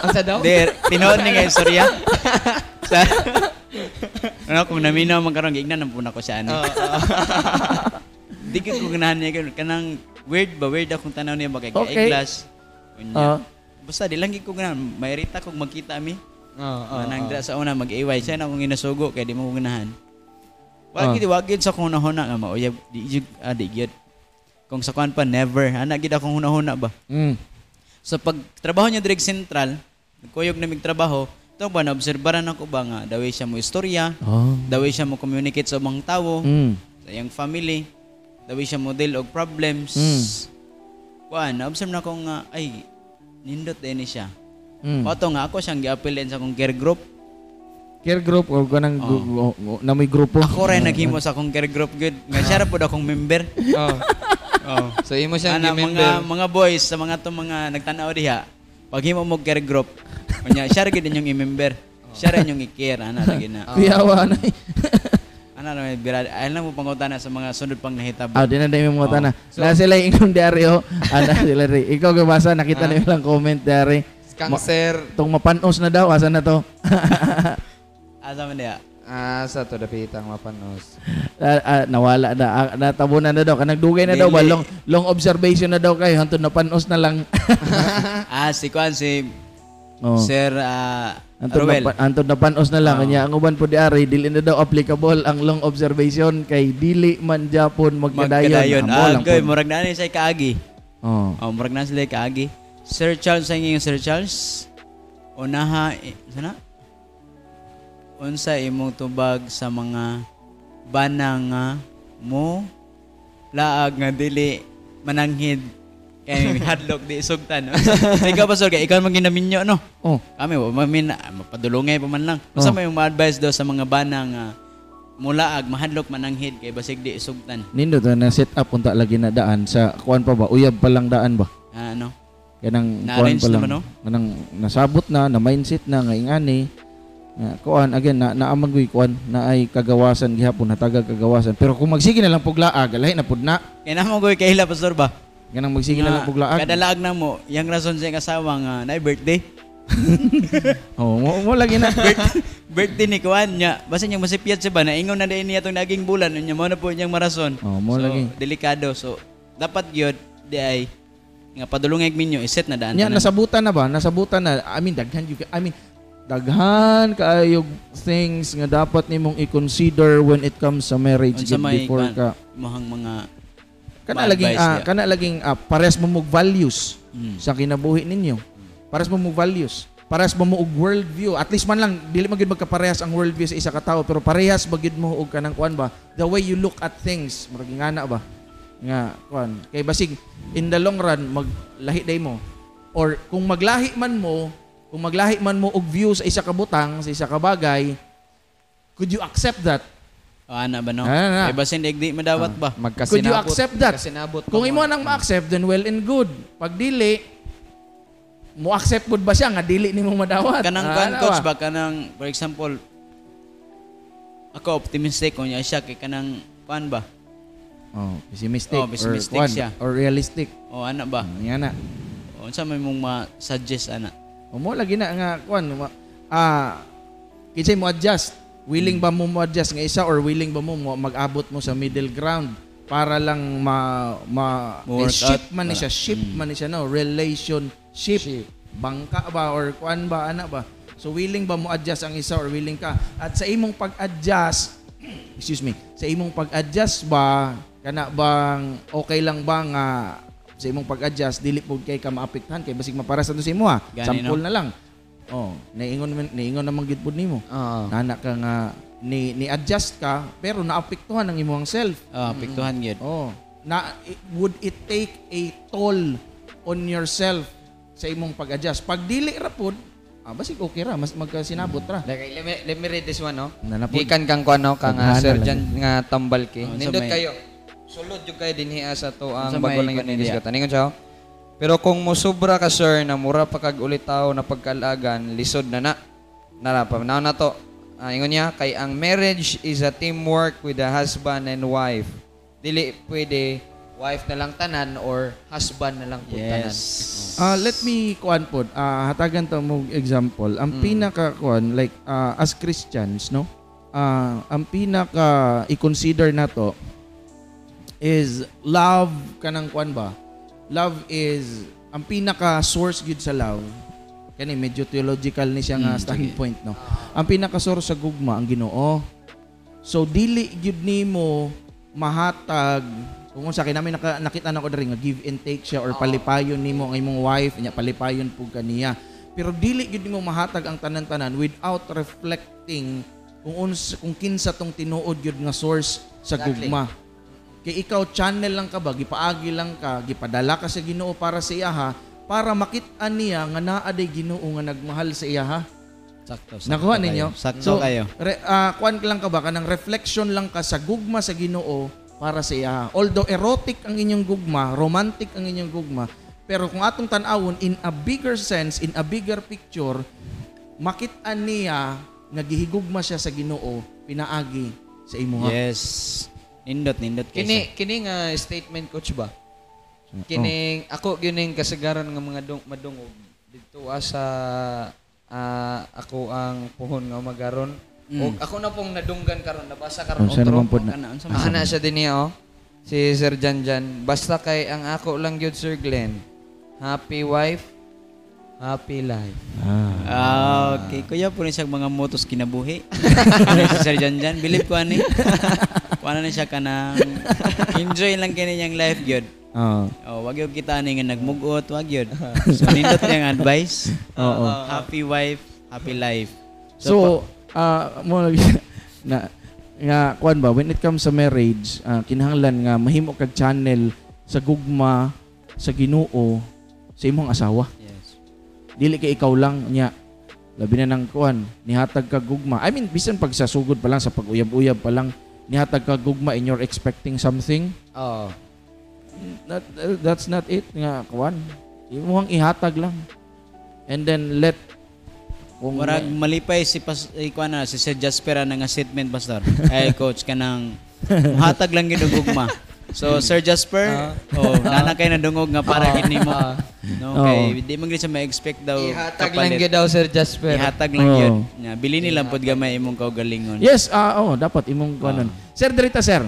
Speaker 3: Asa daw?
Speaker 2: there, tinood ni ngayon, sorry
Speaker 3: [LAUGHS]
Speaker 2: ah. Sa, ano, kung naminaw man karong gignan, nampuna ko siya. Ano. [LAUGHS] Di ko kung ganahan niya, kayo. kanang weird ba, weird akong tanaw niya, bagay
Speaker 1: Okay.
Speaker 2: okay. glass.
Speaker 1: Ah.
Speaker 2: Unya. Basta, di lang gid ko ganahan, mayrita kung magkita mi.
Speaker 3: Oo. oo,
Speaker 2: Manang
Speaker 3: oo.
Speaker 2: dra sa una mag-iway. Siya na akong ginasugo kaya di mo ko ganahan.
Speaker 1: Ah.
Speaker 2: Wag gid wag gid sa kung hunahuna nga mauyab di jud ah, di gyud. Kung sa kwan pa never ana gid akong hunahuna ba.
Speaker 1: Mm.
Speaker 2: So pag trabaho niya direct central, kuyog na trabaho, to ba na obserbaran ako ba nga daway siya mo istorya,
Speaker 1: Oh.
Speaker 2: daway siya mo communicate sa mga tawo,
Speaker 1: Mm.
Speaker 2: sa iyang family, daway siya mo deal og problems. kuan observe na ko nga ay nindot din ni siya.
Speaker 1: Mm.
Speaker 2: Pato nga ako siyang giapilin sa akong care group.
Speaker 1: Care group or kanang gu- gu- gu- na may grupo.
Speaker 2: Oh.
Speaker 1: [LAUGHS]
Speaker 2: Ako rin naghimo sa akong care group good. Nga siya ra pod akong member.
Speaker 3: Oh.
Speaker 2: Oh.
Speaker 3: So imo siya
Speaker 2: Ana,
Speaker 3: ang
Speaker 2: mga
Speaker 3: member.
Speaker 2: mga boys sa mga to mga nagtanaw diha. Pag himo mo care group, kunya [LAUGHS] share gid inyong i-member. Share inyong i-care ana lagi na.
Speaker 1: Kuyawa [LAUGHS] na.
Speaker 2: Ana na may birad. Ay lang mo pangutana sa mga sunod pang nahitabo.
Speaker 1: Ah, dinaday mo mga tana. na sila yung inyong diaryo. Ana sila rin. Ikaw gabasa,
Speaker 2: Ah.
Speaker 1: nakita na yung lang comment diary.
Speaker 3: Cancer.
Speaker 1: Itong mapanos na daw, asan na to? [LAUGHS]
Speaker 2: Asa man diha.
Speaker 3: Ah, sa to dapitang mapanos.
Speaker 1: Ah, ah, nawala na. Ah, natabunan na daw. Kanagdugay na daw ba?
Speaker 2: Dili.
Speaker 1: Long, long observation na daw kayo. Hantun napanos na
Speaker 2: [LAUGHS]
Speaker 1: lang.
Speaker 2: Ah si kuan si
Speaker 1: oh.
Speaker 2: Sir ah,
Speaker 1: Antod
Speaker 2: Ruel. Ah.
Speaker 1: na, antod na panos na lang. Kanya, ang uban po di ari, dili na daw applicable ang long observation kay dili man Japon magkadayon.
Speaker 2: Magkadayon.
Speaker 1: Amo
Speaker 2: Ah,
Speaker 1: lang
Speaker 2: okay,
Speaker 1: po.
Speaker 2: murag na ni sa kaagi.
Speaker 1: Oh.
Speaker 2: Oh, murag na sila kaagi. Sir Charles sa inyo, Sir Charles. Unaha, i- sana? Unsa imong tubag sa mga bana nga mo laag nga dili mananghid kay hadlok di sugtan. No? [LAUGHS] so, ikaw ba sir, kay ikaw maginaminyo no?
Speaker 1: Oh.
Speaker 2: Kami wa mamin ah, mapadulungay pa man lang. Unsa may ma-advise daw sa mga bana nga mulaag mahadlok mananghid kay basig di sugtan.
Speaker 1: Nindo to na set up unta lagi na daan sa kuan pa ba? Uyab pa lang daan ba?
Speaker 2: Ah, ano?
Speaker 1: Kanang kuan
Speaker 2: Na-arrange
Speaker 1: pa lang.
Speaker 2: naman, no?
Speaker 1: Kanang nasabot na, na mindset na ngaingani. Na, kuan again na naamagwi kuan na ay kagawasan gihapon hataga kagawasan. Pero kung magsige na lang puglaag, lahi na pud na.
Speaker 2: Kaya na mo goy kay hila pastor ba?
Speaker 1: Kanang magsige na lang puglaag.
Speaker 2: Nah, Kada laag na mo, yung rason sa kasawa nga na ah, birthday.
Speaker 1: Oh, mo, mo lagi
Speaker 2: [LAUGHS]
Speaker 1: na.
Speaker 2: birthday ni Kuan niya. Basta niyang masipiyat siya ba na ingaw na din niya tong naging bulan unya mo na po niyang marason.
Speaker 1: oh, mo
Speaker 2: so,
Speaker 1: lagi.
Speaker 2: delikado. So dapat gyud di ay nga padulong ig minyo iset na daan.
Speaker 1: Nya nasabutan na ba? Nasabutan na. I mean daghan you I mean daghan kaayo things nga dapat nimong i-consider when it comes sa marriage
Speaker 2: Unsa
Speaker 1: gid
Speaker 2: may
Speaker 1: before
Speaker 2: kuan,
Speaker 1: ka.
Speaker 2: Mahang mga
Speaker 1: Kana laging
Speaker 2: ma-advise
Speaker 1: ah,
Speaker 2: niya.
Speaker 1: kana laging ah, pares mo mong values
Speaker 2: Mm.
Speaker 1: sa kinabuhi ninyo. Pares mo mong values. Pares mo mo og worldview. At least man lang dili man gyud magkaparehas ang worldview sa isa ka tao pero parehas ba gyud mo og kanang kuan ba? The way you look at things, murag nga na ba? Nga kuan. Kay basig in the long run maglahi day mo or kung maglahi man mo, kung maglahi man mo og view sa isa ka butang, sa isa ka bagay, could you accept that?
Speaker 2: oh, ana ba no?
Speaker 1: Ana Ah, na.
Speaker 2: Kay basin ig di madawat ba?
Speaker 3: Magkasinabot.
Speaker 1: Could you accept that?
Speaker 3: Magkasinabot pa
Speaker 1: Kung
Speaker 3: mo.
Speaker 1: imo nang ma-accept, then well and good. Pag dili, mo accept pud ba siya nga dili nimo madawat?
Speaker 2: Kanang
Speaker 1: Ah,
Speaker 2: kuan
Speaker 1: ano
Speaker 2: coach
Speaker 1: ba?
Speaker 2: ba kanang for example ako optimistic kunya siya kay kanang kuan ba?
Speaker 1: Oh, pessimistic,
Speaker 2: Oh, pessimistic
Speaker 1: or, kuwan,
Speaker 2: siya.
Speaker 1: or realistic.
Speaker 2: O ana ba?
Speaker 1: Ah, Yan na.
Speaker 2: Oh, Unsa may mong ma-suggest ana?
Speaker 1: O mo lagi na nga kuan ma- ah kinsay mo adjust. Willing ba mo mo adjust nga isa or willing ba mo mo mag-abot mo sa middle ground para lang ma ma
Speaker 2: Mo-work
Speaker 1: eh, ship
Speaker 2: out. Mm.
Speaker 1: man ni siya, ship man ni siya no, relationship.
Speaker 3: Ship.
Speaker 1: Bangka ba or kuan ba ana ba? So willing ba mo adjust ang isa or willing ka? At sa imong pag-adjust, [CLEARS THROAT] excuse me, sa imong pag-adjust ba kana bang okay lang ba nga sa imong pag-adjust dili pud kay ka maapektahan kay basig maparasan to sa imo ha.
Speaker 2: Gani,
Speaker 1: Sample na lang. Oh, naingon man- naingon namang gid pud nimo.
Speaker 3: Oo.
Speaker 1: Nana ka nga ni ni adjust ka pero naapektuhan ang imong self.
Speaker 2: Ah, piktuhan gyud.
Speaker 1: Oh, na i- would it take a toll on yourself sa imong pag-adjust? Pag dili ra pud, ah, basig okay ra, mas magkasinabot ra.
Speaker 3: Like, let, me, let me read this one, no?
Speaker 1: Nanapod.
Speaker 3: Gikan kang kuan, no? Kang
Speaker 1: Tadhana
Speaker 3: uh,
Speaker 1: lang.
Speaker 3: Sergeant nga tambal ki.
Speaker 2: Oh, unsa
Speaker 3: Nindot
Speaker 2: may-
Speaker 3: kayo. ya Sulod yung kayo din hiya sa to ang
Speaker 2: Unsa
Speaker 3: bago lang
Speaker 2: may
Speaker 3: yun
Speaker 2: kuan niya?
Speaker 3: inisgatan. Ningon siya, oh. Pero kung musubra ka, sir, na mura pa kag ulitaw na pagkalagan, lisod na na. Narapa, na na to. Ah, ingon niya, kay ang marriage is a teamwork with the husband and wife. Dili pwede wife na lang tanan or husband na lang po tanan.
Speaker 2: Yes.
Speaker 1: Ah, let me kuan pod. Ah, hatagan to mong example. Ang pinaka kuan like ah, as Christians, no? Ah, ang pinaka i-consider nato is love kanang kuan ba? Love is ang pinaka source gud sa love. Kani medyo theological ni siya nga standpoint, no. Ang pinaka source sa gugma ang Ginoo. So dili gyud nimo mahatag kung sa akin namin naka, nakita na ko diri nga give and take siya or palipayon nimo ang imong wife nya palipayon pug kaniya. Pero dili gyud nimo mahatag ang tanan-tanan without reflecting kung uns, kung kinsa tong tinuod gyud nga source sa
Speaker 3: Exactly.
Speaker 1: gugma. kay ikaw channel lang ka ba gipaagi lang ka gipadala ka sa Ginoo para sa iya ha para makit-an niya nga naa day Ginoo nga nagmahal sa iya ha
Speaker 2: Sakto. sakto
Speaker 1: Nakuha
Speaker 2: kayo.
Speaker 1: ninyo?
Speaker 2: Sakto kayo.
Speaker 1: Re, ah, kuwan ka lang ka ba? Kanang reflection lang ka sa gugma sa ginoo para sa iya. Although erotic ang inyong gugma, romantic ang inyong gugma, pero kung atong tanawon in a bigger sense, in a bigger picture, makit-an niya nga gihigugma siya sa ginoo, pinaagi sa imuha.
Speaker 2: Yes. Nindot, nindot kayo.
Speaker 3: Kini kini nga statement coach ba?
Speaker 2: Mm,
Speaker 3: Kining
Speaker 2: oh.
Speaker 3: ako gining kasagaran nga mga dong, madungog dito sa ah, ako ang puhon nga magaron. Og ako na pong nadunggan karon nabasa
Speaker 1: Oh,
Speaker 3: karon
Speaker 1: siya naman po
Speaker 2: Mm. na-
Speaker 3: Ano siya din niya oh. Si Sir Janjan, basta kay ang ako lang gyud Sir Glenn. Happy wife, happy life.
Speaker 1: Ah.
Speaker 2: Ah, okay. Kuya po siya mga motos
Speaker 1: [LAUGHS]
Speaker 2: kinabuhi. Ano si Sir Jan Jan? Believe ko ani. Kuha na siya ka ng enjoy lang kini niyang life yun.
Speaker 1: Ah.
Speaker 2: Oh, wag yung kita ni nga nagmugot, wag [LAUGHS] yun. So, nindot niyang advice.
Speaker 1: Oo.
Speaker 2: Happy wife, happy life.
Speaker 1: So, ah mo lagi- [LAUGHS] na nga kuan ba when it comes sa marriage, ah, kinahanglan nga mahimo kag channel sa gugma sa Ginoo sa imong asawa.
Speaker 2: Yes.
Speaker 1: Dili kay ikaw lang nya. Labi na nang kuan, nihatag kag gugma. I mean, bisan pag sa sugod pa lang sa pag-uyab-uyab pa lang, nihatag kag gugma and you're expecting something.
Speaker 3: Oh.
Speaker 1: That, that's not it nga kuan. Imong ihatag lang. And then let kung
Speaker 2: Murag malipay si pas eh, kuha na si Sir Jasper na nga statement pastor. [LAUGHS] Ay coach kanang hatag lang gid og gugma.
Speaker 1: Hmm.
Speaker 2: So Sir
Speaker 1: Ah.
Speaker 2: Jasper, oh, nana kay nadungog nga para gid nimo.
Speaker 1: Oh.
Speaker 2: No, kay di man gid siya ma-expect daw
Speaker 3: Ihatag lang
Speaker 2: kapalit.
Speaker 3: gyud daw Sir Jasper.
Speaker 2: Ihatag lang
Speaker 1: Oo.
Speaker 2: yun. Na, bili nila pod gamay imong kaugalingon.
Speaker 1: Yes, ah oh, dapat imong kanon. Sir Drita sir.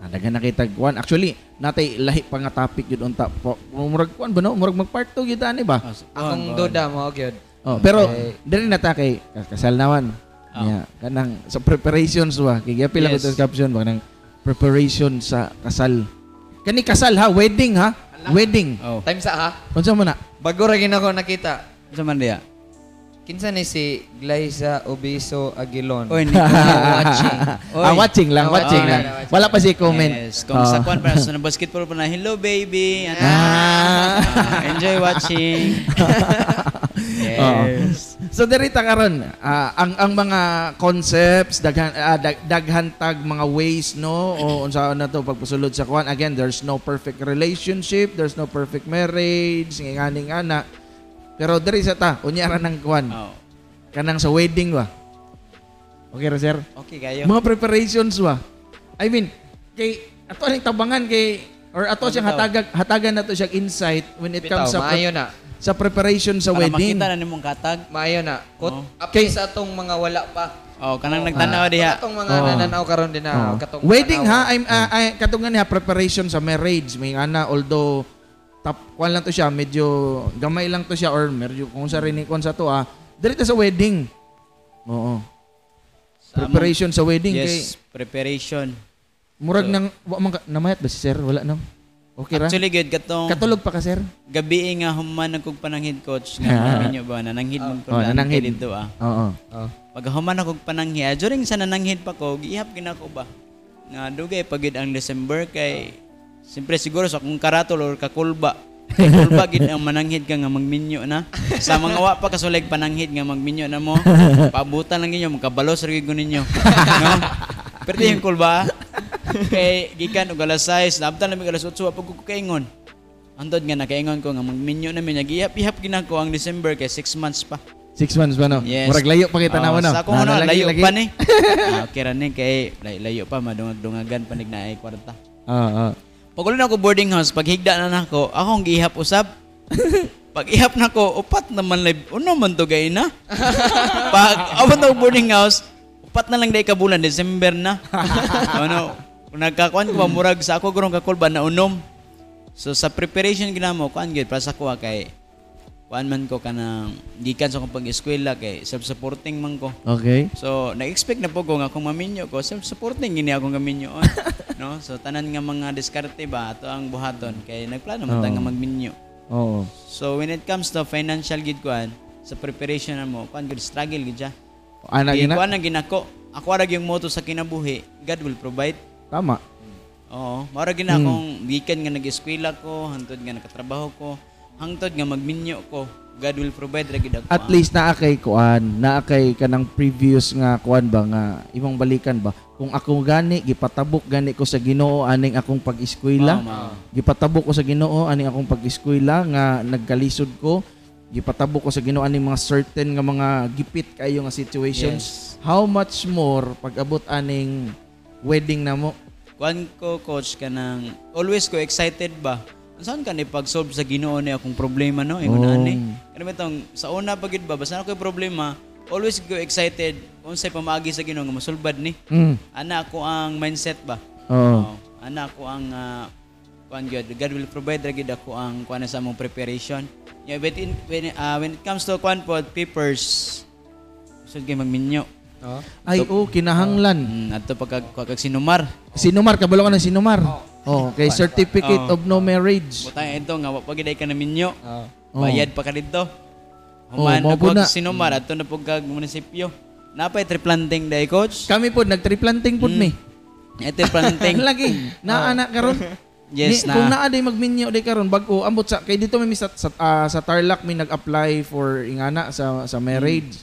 Speaker 1: Ah, daga nakita kuan. Actually, natay lahi pa nga topic yun unta. Po- Murag kuan ba no? Murag magpart 2 gyud ani ba?
Speaker 2: Oh, so-
Speaker 3: Akong
Speaker 2: oh,
Speaker 3: duda mo gyud.
Speaker 1: Oh, pero diri na ta kay kasal naman. Yeah, kanang sa preparations ba. Kay gapi lang
Speaker 2: Ah. Yes.
Speaker 1: yes. caption ba kanang preparation sa kasal. Kani kasal ha, wedding ha. Wedding.
Speaker 2: Oh.
Speaker 3: Time sa ha.
Speaker 1: Unsa mo na?
Speaker 3: Bago ra gina ko nakita.
Speaker 2: Sa man
Speaker 1: [LAUGHS]
Speaker 2: diya.
Speaker 3: Kinsa ni si Glyza Obiso Aguilon.
Speaker 2: Oy,
Speaker 3: [LAUGHS]
Speaker 2: ni watching.
Speaker 1: Ah, watching lang,
Speaker 3: Ah,
Speaker 1: watching
Speaker 3: watching
Speaker 1: lang.
Speaker 3: lang, watching.
Speaker 1: Wala pa si comment.
Speaker 2: Yes, kung
Speaker 1: Oh.
Speaker 2: sa kwan para sa basketball pa na hello baby. Ano?
Speaker 1: Ah. [LAUGHS]
Speaker 2: Ah, enjoy watching. [LAUGHS]
Speaker 1: Ah.
Speaker 2: yes.
Speaker 1: So dirita karon ah, ang ang mga concepts daghan ah, dag- daghan tag mga ways no o unsa na to pagpusulod sa kuan again there's no perfect relationship there's no perfect marriage nginganing ana pero diri sa ta unya ra nang kuan
Speaker 2: Oh.
Speaker 1: kanang sa wedding ba Okay ra sir
Speaker 2: Okay kayo.
Speaker 1: mga preparations ba I mean kay ato aning tabangan kay or ato siyang hatagag hatagan nato siyang insight when it
Speaker 3: Bitaw,
Speaker 1: comes sa
Speaker 3: maayo
Speaker 1: pre-
Speaker 3: na.
Speaker 1: sa preparation sa
Speaker 2: Para
Speaker 1: wedding
Speaker 2: makita na nimong katag.
Speaker 3: Maayo na. Kut,
Speaker 2: Oo.
Speaker 3: apil sa atong mga wala pa.
Speaker 2: Oh, kanang
Speaker 1: Ah.
Speaker 2: nagtanaw diha. Oh.
Speaker 3: Atong mga
Speaker 1: Oo.
Speaker 3: nananaw karon din na.
Speaker 1: Oo.
Speaker 3: Katong
Speaker 1: Wedding ha,
Speaker 3: tanaw.
Speaker 1: I'm uh,
Speaker 2: Mm.
Speaker 1: I- katungan niya preparation sa marriage. May ana although tap kwan lang to siya, medyo gamay lang to siya or medyo kung sa rin kwan sa to ah. Direta sa wedding. Oo.
Speaker 2: Sa among-
Speaker 1: Preparation sa wedding kay
Speaker 2: Yes, preparation.
Speaker 1: murag nang wa man ka- namayat ba si sir? Wala nang. Okay ra.
Speaker 2: Actually, good katong
Speaker 1: Katulog pa ka sir?
Speaker 2: gabi nga human ako pananghid coach nga ninyo ba nananghid mong
Speaker 1: Ah. Oh, nananghid.
Speaker 2: dito ah.
Speaker 1: Oo.
Speaker 3: Oh.
Speaker 2: Pag human ako pananghid, during sa nananghid pa ko, gihap gina ko ba. Na dugay pagid ang December kay Siyempre siguro sa kung karatol or kakulba. Kay kulba gid ang mananghid ka nga magminyo na. Sa mga wa pa kasulig pananghid nga magminyo na mo. Paabutan lang ninyo makabalos ra gyud ko ninyo. No? Pero yung kulba. Kay gikan og alas 6, naabtan lang mig alas 8 wa pag ko kaingon. Andod nga nakaingon ko nga magminyo na mi nagihap-ihap ginako ang December kay 6 months pa.
Speaker 1: Six months ba no?
Speaker 2: Yes. Ah,
Speaker 1: Murag layo pa kita
Speaker 2: Oo,
Speaker 1: na no?
Speaker 2: Sa kung ano,
Speaker 1: Nalalagi-
Speaker 2: layo
Speaker 1: lagi.
Speaker 2: pa
Speaker 1: [LAUGHS]
Speaker 2: ni. Ah, okay ra ni kay lay- layo pa madungag-dungagan panig na ay kwarta.
Speaker 1: Oo. oo.
Speaker 2: Pag ulo na ako boarding house, pag higda na nako, akong gihap usab. Pag ihap na ko, upat naman live. Uno man to gay na. pag abot na ako boarding house, upat na lang day ka bulan, December na. ano, kung nagkakuan ko, murag sa ako gurong kakulba na unom. So sa preparation ginamo, kuan gyud para sa kuha kay kuan man ko kanang gikan sa akong pag-eskwela kay self-supporting man ko.
Speaker 1: Okay.
Speaker 2: So, na-expect na po ko nga kung maminyo ko, self-supporting gini akong gaminyo
Speaker 1: [LAUGHS]
Speaker 2: no? So, tanan nga mga diskarte ba, ato ang buhaton. Kaya nagplano man ta nga magminyo.
Speaker 1: Oo.
Speaker 2: So, when it comes to financial gid kuan, sa preparation na mo, kuan gid struggle gid siya.
Speaker 1: Ana
Speaker 2: Di
Speaker 1: gina.
Speaker 2: kuan ang ginako. Ako arag yung moto sa kinabuhi, God will provide.
Speaker 1: Tama.
Speaker 2: Oo. Mara gina
Speaker 1: Hmm.
Speaker 2: akong weekend nga nag-eskwela ko, hantod nga nakatrabaho ko, hangtod nga magminyo ko. God will provide ra gid ako.
Speaker 1: At
Speaker 2: ah.
Speaker 1: least naa kay kuan, naa kay kanang previous nga kuan ba nga imong balikan ba. Kung ako gani gipatabok gani ko sa Ginoo aning akong pag-eskwela.
Speaker 2: Mao, mao.
Speaker 1: Gipatabok ko sa Ginoo aning akong pag-eskwela nga nagkalisod ko. Gipatabok ko sa Ginoo aning mga certain nga mga gipit kayo nga situations.
Speaker 2: Yes.
Speaker 1: How much more pag abot aning wedding namo?
Speaker 2: Kuan ko coach ka ng always ko excited ba. Saan ka ni pag-solve sa Ginoo ni akong problema no? Ingon
Speaker 1: Oo.
Speaker 2: na ani. Kani bitong sa una pa gid ba basta ako problema, always ko excited kung say pamaagi sa Ginoo nga masulbad ni.
Speaker 1: Mm.
Speaker 2: Ana ko ang mindset ba.
Speaker 1: Oo.
Speaker 2: Oo. Ana ko ang ah, kuan God. God will provide ra gid ako ang kuan sa among preparation. Yeah, but in, when, ah, when it comes to kuan po papers, sud kay magminyo.
Speaker 3: Oh.
Speaker 1: Ay oh, kinahanglan.
Speaker 2: Mm, adto pagkag kag sinumar.
Speaker 1: Sinumar, kabalo ka ng sinumar. Oh, okay, certificate of no marriage.
Speaker 2: Butang ito nga wa pagiday ka na minyo.
Speaker 3: Oh.
Speaker 1: Oo.
Speaker 2: Bayad pa ka dito.
Speaker 1: Oo,
Speaker 2: Human na
Speaker 1: mao po
Speaker 2: po
Speaker 1: Oh, na.
Speaker 2: sinumar ato na po kag munisipyo. Napay triplanting day coach. Eh,
Speaker 1: Kami po, nag-triplanting
Speaker 2: Mm.
Speaker 1: po mi.
Speaker 2: Ito
Speaker 1: [LAUGHS]
Speaker 2: planting.
Speaker 1: Lagi, naanak karon.
Speaker 2: Ah. [LAUGHS] Yes
Speaker 1: Ni-
Speaker 2: na.
Speaker 1: Kung naa day magminyo day karon bago ambot sa kay dito may mis- sa, sa, ah, sa Tarlac may nag-apply for ingana sa
Speaker 2: Mm.
Speaker 1: sa marriage.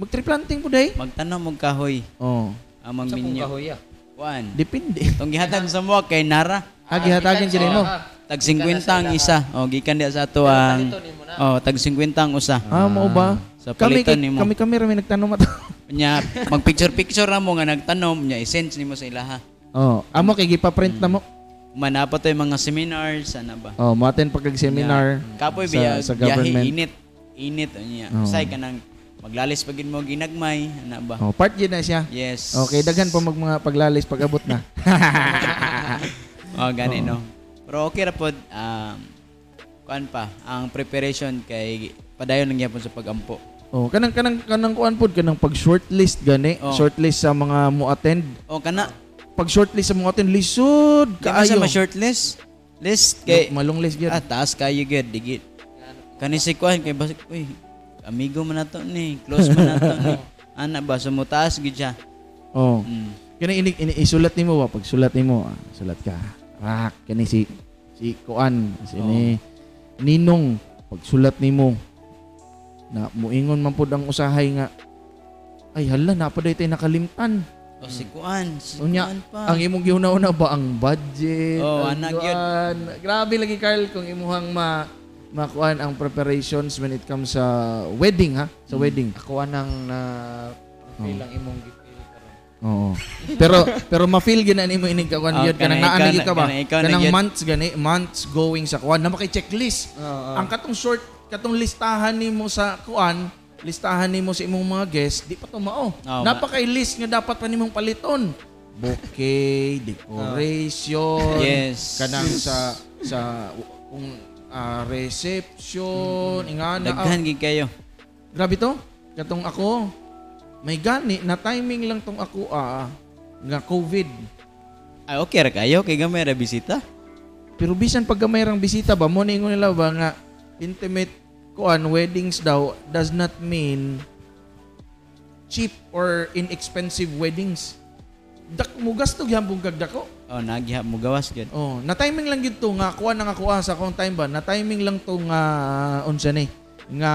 Speaker 1: Mag-triplanting po day.
Speaker 2: Magtanong mong kahoy.
Speaker 1: Oh,
Speaker 2: Amang
Speaker 3: Sa kung
Speaker 2: minyo.
Speaker 3: kahoy ah.
Speaker 2: Kuan. [LAUGHS]
Speaker 1: depende. Ah,
Speaker 2: Itong gihatag sa mo kay Nara.
Speaker 1: Agi hatagin sila mo.
Speaker 3: Ah,
Speaker 2: Tag 50 ang isa. O, gikan diya sa ato ang... O, tag 50 ang usa.
Speaker 1: Ah, mao ba?
Speaker 2: Sa
Speaker 1: Kami
Speaker 2: palitan
Speaker 1: kay-
Speaker 2: nimo.
Speaker 1: kami kami ra may nagtanong
Speaker 2: [LAUGHS]
Speaker 1: ato.
Speaker 2: Nya, magpicture-picture na mo nga nagtanom, nya i-send nimo sa ilaha.
Speaker 1: Oh, amo kay gipa-print
Speaker 2: Mm.
Speaker 1: na mo.
Speaker 2: Manapa to yung mga seminars, ano ba?
Speaker 1: Oh, mo attend pag seminar. Sa-
Speaker 2: Kapoy biya,
Speaker 1: sa
Speaker 2: biyahe
Speaker 1: government.
Speaker 2: init. Init, o niya.
Speaker 1: Oo.
Speaker 2: Say ka nang maglalis pagin mo ginagmay, ano ba?
Speaker 1: Oh, part yun na siya.
Speaker 2: Yes.
Speaker 1: Okay, daghan pa mag mga paglalis pag abot na.
Speaker 2: [LAUGHS] O, Oh, gani,
Speaker 1: Oh.
Speaker 2: no? Pero okay ra pod, um, kuan pa, ang preparation kay padayon lang yapon sa pagampo.
Speaker 1: oh, kanang kanang kanang kuan pod kanang pag shortlist gani,
Speaker 2: Oh.
Speaker 1: shortlist sa mga mo attend.
Speaker 2: O, Oh, kana,
Speaker 1: Pag shortlist sa mga attend lisod
Speaker 2: di ba sa
Speaker 1: kaayo.
Speaker 2: ma-shortlist? List kay...
Speaker 1: malong list gyud.
Speaker 2: Ah, taas kayo gid, digit. Kani si Kwan kay basik, uy, amigo man nato ni, close man nato
Speaker 1: [LAUGHS]
Speaker 2: ni. Ana ba sumutaas gid siya.
Speaker 1: Oh.
Speaker 2: Mm.
Speaker 1: Kani ini, ini isulat nimo ba pag sulat nimo, ah, sulat ka. Rak kani si si kuan si ni
Speaker 2: Oh.
Speaker 1: Ninong pag sulat nimo na muingon man pod ang usahay nga ay hala na pa tayo nakalimtan.
Speaker 2: O Oh, si Kwan, si
Speaker 1: Unya,
Speaker 2: Kwan pa.
Speaker 1: Ang imong giuna-una ba ang budget?
Speaker 2: Oo,
Speaker 1: ang
Speaker 2: anak
Speaker 1: kuan? Grabe lagi Carl kung imuhang ma makuan ang preparations when it comes sa wedding ha, sa
Speaker 2: Hmm.
Speaker 1: wedding.
Speaker 3: Ako anang na
Speaker 2: Oh.
Speaker 3: feel ang imong gipil karon.
Speaker 1: Oo. pero pero ma-feel gina nimo ining kakuan
Speaker 2: Ah,
Speaker 1: yun kanang
Speaker 2: kanang ikaw
Speaker 1: naanay
Speaker 2: na-
Speaker 1: ka ba?
Speaker 2: kanang ikaw na
Speaker 1: Kanang
Speaker 2: yun.
Speaker 1: months gani, months going sa kuan na maki-checklist.
Speaker 3: Oo.
Speaker 2: Ah.
Speaker 1: Ang katong short katong listahan nimo sa kuan, listahan nimo sa imong mga guests, di pa tumao.
Speaker 2: Oo,
Speaker 1: Napaka-list nga dapat pa nimong paliton. Bouquet, decoration,
Speaker 2: Oh. Yes.
Speaker 1: kanang sa sa kung ah, reception, ingana. ah,
Speaker 2: Daghan gid kayo.
Speaker 1: Grabe to. Katong ako, may gani na timing lang tong ako ah, nga COVID.
Speaker 2: Ay, okay ra kayo kay gamay ra bisita.
Speaker 1: Pero bisan pagka mayroong bisita ba, mo ningon nila ba nga intimate kuan weddings daw does not mean cheap or inexpensive weddings. Dak mo gasto gyambong kagdako.
Speaker 2: O nagiha mo gawas gid.
Speaker 1: Oh, na timing lang gid to nga kuha na nga kuha sa akong time ba. Na timing lang to nga unsa ni nga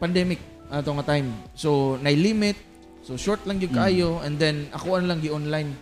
Speaker 1: pandemic ato nga time. So na limit. So short lang
Speaker 2: Mm.
Speaker 1: gyud kaayo and then ako lang gi online.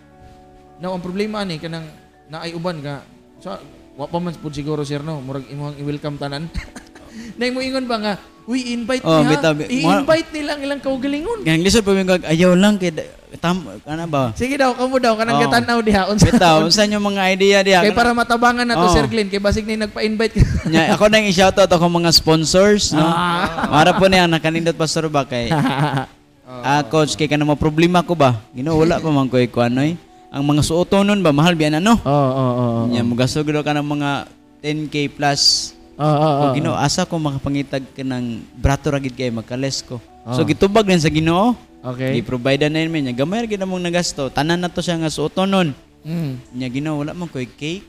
Speaker 1: Now ang problema ani kanang naay uban ka sa wa pa man pud siguro sir no murag imong i-welcome tanan. [LAUGHS] Nay mo ingon ba nga we invite
Speaker 2: Oh,
Speaker 1: niya.
Speaker 2: bitaw, bi-
Speaker 1: I-invite nila ang ilang kaugalingon.
Speaker 2: Ngang lisod pa mi kag ayaw lang kay da- tam ana ba?
Speaker 1: Sige daw kamo daw kanang
Speaker 2: Oh.
Speaker 1: gatanaw diha unsa. [LAUGHS]
Speaker 2: Bitaw, unsa yung mga idea diha?
Speaker 1: Kay para matabangan na to
Speaker 2: Oh.
Speaker 1: Sir Glenn kay basig na yung nagpa-invite ka. [LAUGHS]
Speaker 2: Nya, ako nang i-shoutout ako mga sponsors, no?
Speaker 1: Ah.
Speaker 2: Para po niya, nakanindot pastor ba
Speaker 1: [LAUGHS]
Speaker 2: kay... Ah, coach, kay ka na mga problema ko ba? Ginoo, wala pa man ko ikuanoy. eh. Ang mga suoto nun ba, mahal biya na, no?
Speaker 1: Oo, oo, oo.
Speaker 2: Nya, mugasog daw ka ng mga 10k plus.
Speaker 1: Oo, oo,
Speaker 2: O
Speaker 1: oo.
Speaker 2: ginoo, asa ko makapangitag ka ng brato ragid kay magkales ko. So, gitubag din sa ginoo.
Speaker 1: Okay.
Speaker 2: I-provide na namin. Nya, gamay rin mong nagasto. Tanan na to siya nga suoto nun.
Speaker 1: Mm.
Speaker 2: Nya, ginoo, wala man ko cake.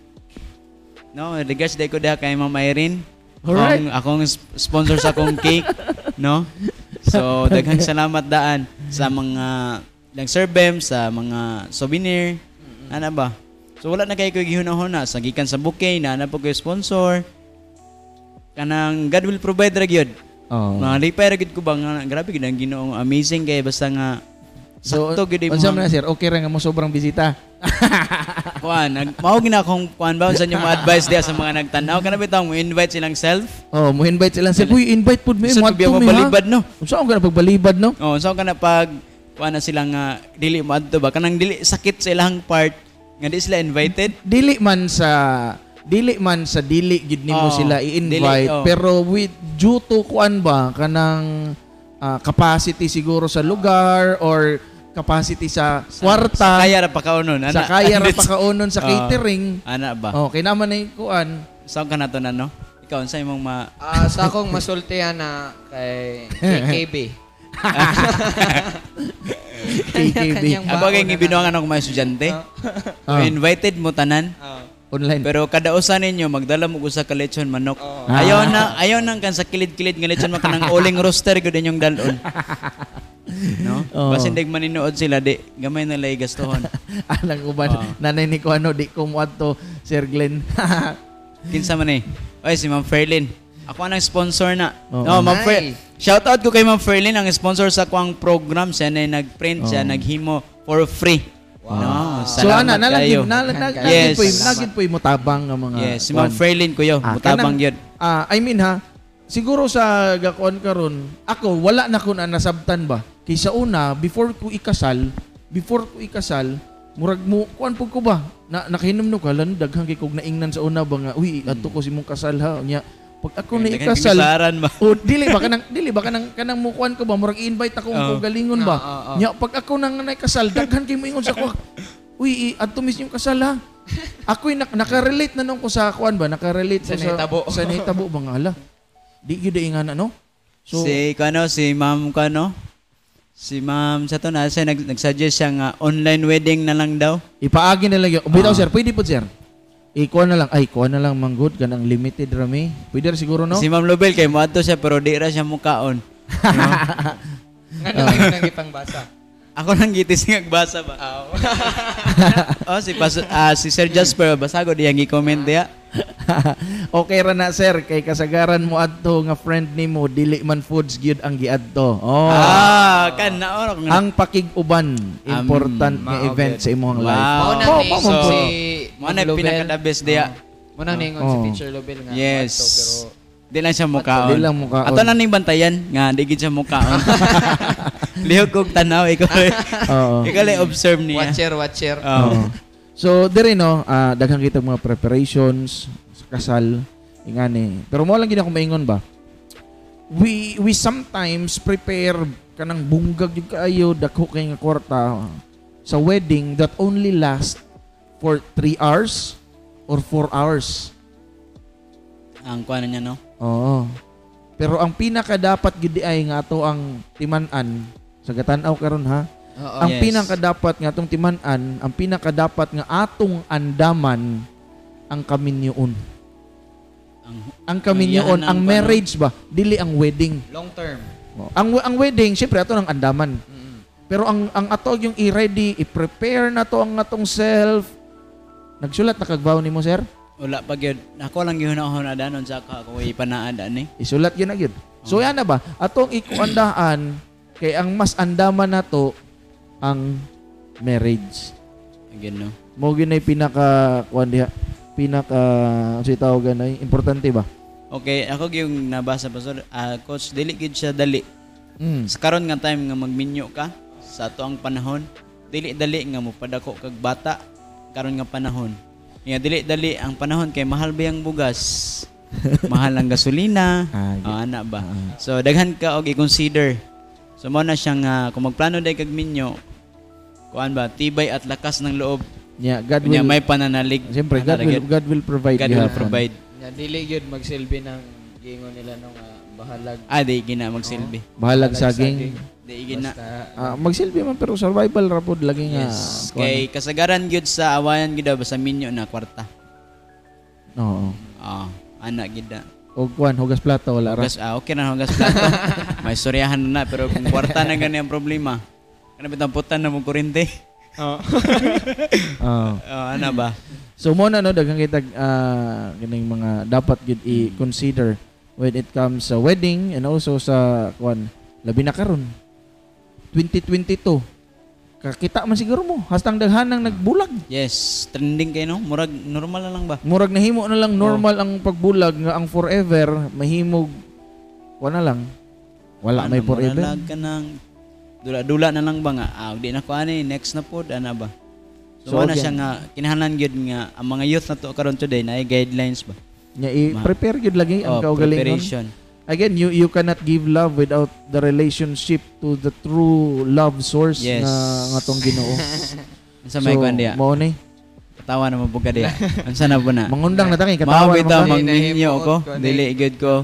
Speaker 2: No, regards day ko diha kay Ma'am Irene.
Speaker 1: Alright.
Speaker 2: Akong, akong sp- sponsor sa akong cake, no?
Speaker 1: [LAUGHS]
Speaker 2: So, daghang salamat daan sa mga lang serbem, sa mga souvenir, ano ba? So wala na kayo ko'y gihunahuna sa gikan sa bouquet na na po ko'y sponsor. Kanang God will provide ra gyud.
Speaker 1: Oh.
Speaker 2: Mga lipay ra gyud ko ba nga grabe gyud ang Ginoong amazing kay basta nga
Speaker 1: So,
Speaker 2: sakto gyud
Speaker 1: unsa man na sir, okay ra nga mo sobrang bisita.
Speaker 2: kuan nag mao gina akong kuan ba unsa mga advice diha sa mga nagtan-aw kana bitaw mo invite silang self.
Speaker 1: oh, mo invite sila sir. Uy, invite pud mo, eh,
Speaker 2: Sa
Speaker 1: mo
Speaker 2: biya
Speaker 1: adto mi, ha?
Speaker 2: balibad no.
Speaker 1: Unsa ang ganang pagbalibad no?
Speaker 2: Oh, so kana pag kuan na sila nga dili mo adto ba kanang dili sakit sa ilang part nga di sila invited.
Speaker 1: Dili man sa dili man sa dili gid nimo
Speaker 2: Oo,
Speaker 1: sila
Speaker 2: dili,
Speaker 1: i-invite
Speaker 2: oo.
Speaker 1: pero with due to kuan ba kanang ah, capacity siguro sa lugar or capacity sa
Speaker 2: Sa
Speaker 1: kwarta
Speaker 2: kaya ra pa kaunon
Speaker 1: Ah.
Speaker 2: ana.
Speaker 1: sa
Speaker 2: [LAUGHS]
Speaker 1: kaya [LAUGHS] ra
Speaker 2: Andits-
Speaker 1: pa kaunon sa
Speaker 2: Oo.
Speaker 1: catering.
Speaker 2: Ana Ah, ba?
Speaker 1: Oh, kay naman na yung kuan.
Speaker 2: Saan ka na to na, no? Ikaw, unsa imong ma...
Speaker 3: Ah, sa akong masultihan na kay [LAUGHS] KKB.
Speaker 1: KKB.
Speaker 3: Kanya-kanyang
Speaker 2: Ang bagay
Speaker 3: baon na
Speaker 2: nga binuangan ako mga estudyante.
Speaker 1: Ah.
Speaker 2: So, invited mo tanan.
Speaker 3: na. Oh.
Speaker 1: Online.
Speaker 2: Pero kada usa ninyo magdala mo usa ka lechon manok.
Speaker 3: Oo.
Speaker 1: Ah.
Speaker 2: Ayaw na ayaw nang kan sa kilid-kilid nga lechon
Speaker 1: [LAUGHS]
Speaker 2: man kanang uling roaster gud inyong dalon. [LAUGHS] No?
Speaker 1: Oo.
Speaker 2: Basin dig maninuod sila di gamay na lay
Speaker 1: [LAUGHS]
Speaker 2: gastuhon.
Speaker 1: Alam ko
Speaker 2: Ah.
Speaker 1: ba, nanay ni ko ano, di ko muad to, Sir
Speaker 2: [LAUGHS]
Speaker 1: Glenn.
Speaker 2: Kinsa man eh. Oy si Ma'am Ferlin. Ako ang sponsor na.
Speaker 1: Oo.
Speaker 2: No, Ma'am Fer-
Speaker 3: Nice.
Speaker 2: Shout out ko kay Ma'am Ferlin ang sponsor sa kuang program siya na nagprint siya
Speaker 1: Oo.
Speaker 2: naghimo for free. No,
Speaker 1: Oh. so, ana,
Speaker 2: salamat
Speaker 1: nalagin,
Speaker 2: kayo.
Speaker 1: nalagin, nalagin
Speaker 3: Yes.
Speaker 1: po yung, nalagin po yung mutabang ng mga...
Speaker 2: Yes, si Ma'am
Speaker 1: kwan.
Speaker 2: Ferlin kuyo,
Speaker 1: Ah,
Speaker 2: mutabang
Speaker 1: kanang-
Speaker 2: yun.
Speaker 1: Ah, I mean ha, siguro sa gakuan karon, ako wala na ko na nasabtan ba. Kaysa una, before ko ikasal, before ko ikasal, murag mo kuan pud ko ba? Na nakihinumno ka lan daghang kay kog naingnan sa una ba nga, uy,
Speaker 2: Hmm.
Speaker 1: adto ko si mong kasal ha. Nya, pag ako na ikasal,
Speaker 2: Kasaran ba?
Speaker 1: o dili ba kanang dili ba kanang kanang mukuan ko ba murag i-invite ako
Speaker 2: Oo.
Speaker 1: kung galingon
Speaker 2: Ah,
Speaker 1: ba.
Speaker 3: Oo, oo.
Speaker 1: Nya pag ako nang nakasal daghan kay moingon sa ko. Uy, i- adto mis yung kasal ha. Ako nak nakarelate na nung ko sa kuan ba, nakarelate ko
Speaker 3: Sa
Speaker 1: sa
Speaker 3: nahitabo.
Speaker 1: sa nahitabo ba nga ala. Di gyud ay nga na no. So
Speaker 2: si kano si Ma'am kano? Si Ma'am sa to na siya nag, nagsuggest siya nga online wedding na lang daw.
Speaker 1: ipaagi na lang yun. Bitaw
Speaker 2: Ah.
Speaker 1: sir, pwede po sir. Ikuha na lang. Ay, kuha na lang manggod. Ganang limited rami. Pwede rin siguro, no?
Speaker 2: Si Ma'am Lobel kay moadto siya pero di ra siya mukaon.
Speaker 3: Nga naman yung nangipang basa.
Speaker 2: Ako nang gitis nga nagbasa ba. [LAUGHS] oh, si Pas- ah, si Sir Jasper basago diya gi-comment diya.
Speaker 1: [LAUGHS] okay ra na sir kay kasagaran mo adto nga friend nimo dili man foods gyud ang giadto. Oh.
Speaker 2: Ah, kan naon ako nga.
Speaker 1: ang pakig-uban important nga
Speaker 3: maobed.
Speaker 1: event sa imong
Speaker 2: Wow.
Speaker 1: life.
Speaker 3: Mao na
Speaker 1: Oh,
Speaker 3: ningon
Speaker 1: mao
Speaker 3: si
Speaker 2: Mo na pinaka best
Speaker 1: Ah.
Speaker 2: diya.
Speaker 3: Mao na ningon si
Speaker 1: Oh.
Speaker 3: Teacher Lobel nga.
Speaker 2: Yes.
Speaker 3: mato, pero
Speaker 2: Di lang siya mukaon.
Speaker 1: Di lang mukaon.
Speaker 2: Ato na ning bantayan nga di gid siya
Speaker 1: [LAUGHS]
Speaker 2: mukaon. Lihok kog tanaw ikaw. [LAUGHS]
Speaker 1: Oo.
Speaker 2: ikaw lay observe niya. Oh.
Speaker 3: watcher, watcher.
Speaker 2: Oo.
Speaker 1: Oo. So dire no, ah, daghang kita mga preparations sa kasal ingani. Pero mo lang gid ako maingon ba. We we sometimes prepare kanang bunggag jud kaayo dagko kay nga kwarta sa wedding that only last for 3 hours or 4 hours.
Speaker 2: Ang kuan niya no.
Speaker 1: Oo. Pero ang pinaka dapat gid ay nga ato ang timan-an sa gatan-aw karon ha. ang
Speaker 3: Oo.
Speaker 2: yes.
Speaker 1: pinaka dapat nga atong timan-an, ang pinaka dapat nga atong andaman ang kaminyoon.
Speaker 2: Ang
Speaker 1: Ang kaminyoon,
Speaker 2: Ang yan ang
Speaker 1: ang marriage ba, dili ang wedding.
Speaker 3: Long term.
Speaker 1: Oh. Ang ang wedding, syempre ato nang andaman.
Speaker 3: Mm-mm.
Speaker 1: Pero ang ang ato yung i-ready, i-prepare na to ang atong self. Nagsulat na kagbaw nimo, sir?
Speaker 2: wala pa gyud. Ako lang gyud ako na danon sa ka ko ipanaadan ni.
Speaker 1: Isulat yun na yun. So yan na ba? Atong ikuandaan, kay ang mas andaman na to, ang marriage.
Speaker 2: Again no.
Speaker 1: Mo ginay pinaka, kuan diha, pinaka, ano siya tawagan na importante ba?
Speaker 2: Okay, ako gyud yung nabasa pa sir. Ah, coach dili gyud siya dali.
Speaker 1: Mm.
Speaker 2: Sa karon nga time nga magminyo ka sa ato ang panahon, dili dali nga mo padako kag bata karon nga panahon. Nga dili dali ang panahon kay mahal ba yung bugas? mahal ang gasolina.
Speaker 1: Ah,
Speaker 2: Ah, ana ba? So daghan ka og i-consider. So mo na siya nga kung magplano day kag minyo, kuan ba tibay at lakas ng loob.
Speaker 1: Yeah, Ya, God will,
Speaker 2: Kunya may pananalig.
Speaker 1: siyempre, God
Speaker 2: Anara,
Speaker 1: will, God will provide. you
Speaker 2: God will
Speaker 1: have fun.
Speaker 2: provide.
Speaker 3: Nga dili yun magsilbi ng gingon nila nung ah, bahalag.
Speaker 2: Ah, di gina magsilbi.
Speaker 1: Bahalag
Speaker 3: bahalag
Speaker 1: saging.
Speaker 2: Di gina.
Speaker 3: Basta,
Speaker 1: Ah, magsilbi man, pero survival rapod lagi nga.
Speaker 2: Yes.
Speaker 1: kuan.
Speaker 2: Kay kasagaran gyud sa awayan gyud daw sa minyo na kwarta.
Speaker 1: Oo.
Speaker 2: Ah, ana gyud na.
Speaker 1: O Oh, kuan, hugas plato, wala ra.
Speaker 2: Hugas, ah, okay na hugas plato. ah. May suryahan na pero kung kwarta na gani ang problema. Kana bitang putan na mo kurente. Oh.
Speaker 1: Oo.
Speaker 2: oh, ano ba?
Speaker 1: So mo na no daghang kita ah, kining mga dapat gid
Speaker 2: Hmm.
Speaker 1: i-consider when it comes sa wedding and also sa kwan labi na karon 2022 kakita man siguro mo hastang daghan nang nagbulag
Speaker 2: Yes, trending kayo no? Murag normal na lang ba?
Speaker 1: murag nahimo na lang normal
Speaker 2: Oh.
Speaker 1: ang pagbulag nga ang forever mahimog wala lang wala may
Speaker 2: Ano,
Speaker 1: forever
Speaker 2: muralag ka ng dula-dula na lang ba nga? Ah, di na ko ani, next na pod ana ba?
Speaker 1: So,
Speaker 2: So, ano
Speaker 1: okay.
Speaker 2: siya nga kinahanglan gyud nga ang ah, mga youth na to karon today na guidelines ba?
Speaker 1: nya i-prepare gyud lagi ang
Speaker 2: Oh,
Speaker 1: kaugalingon
Speaker 2: preparation.
Speaker 1: again you you cannot give love without the relationship to the true love source
Speaker 2: Yes.
Speaker 1: nga nga tong
Speaker 2: [LAUGHS]
Speaker 1: Ginoo kan?
Speaker 2: Unsa may kwan diya?
Speaker 1: mao ni
Speaker 2: Katawa na mabuga
Speaker 1: [LAUGHS]
Speaker 2: diya. Unsa na po na?
Speaker 1: mangundang na tangi
Speaker 2: Mao
Speaker 1: katawan
Speaker 2: bitaw
Speaker 3: mo.
Speaker 2: mangminyo ko,
Speaker 3: Ko ni-
Speaker 2: dili gyud ko.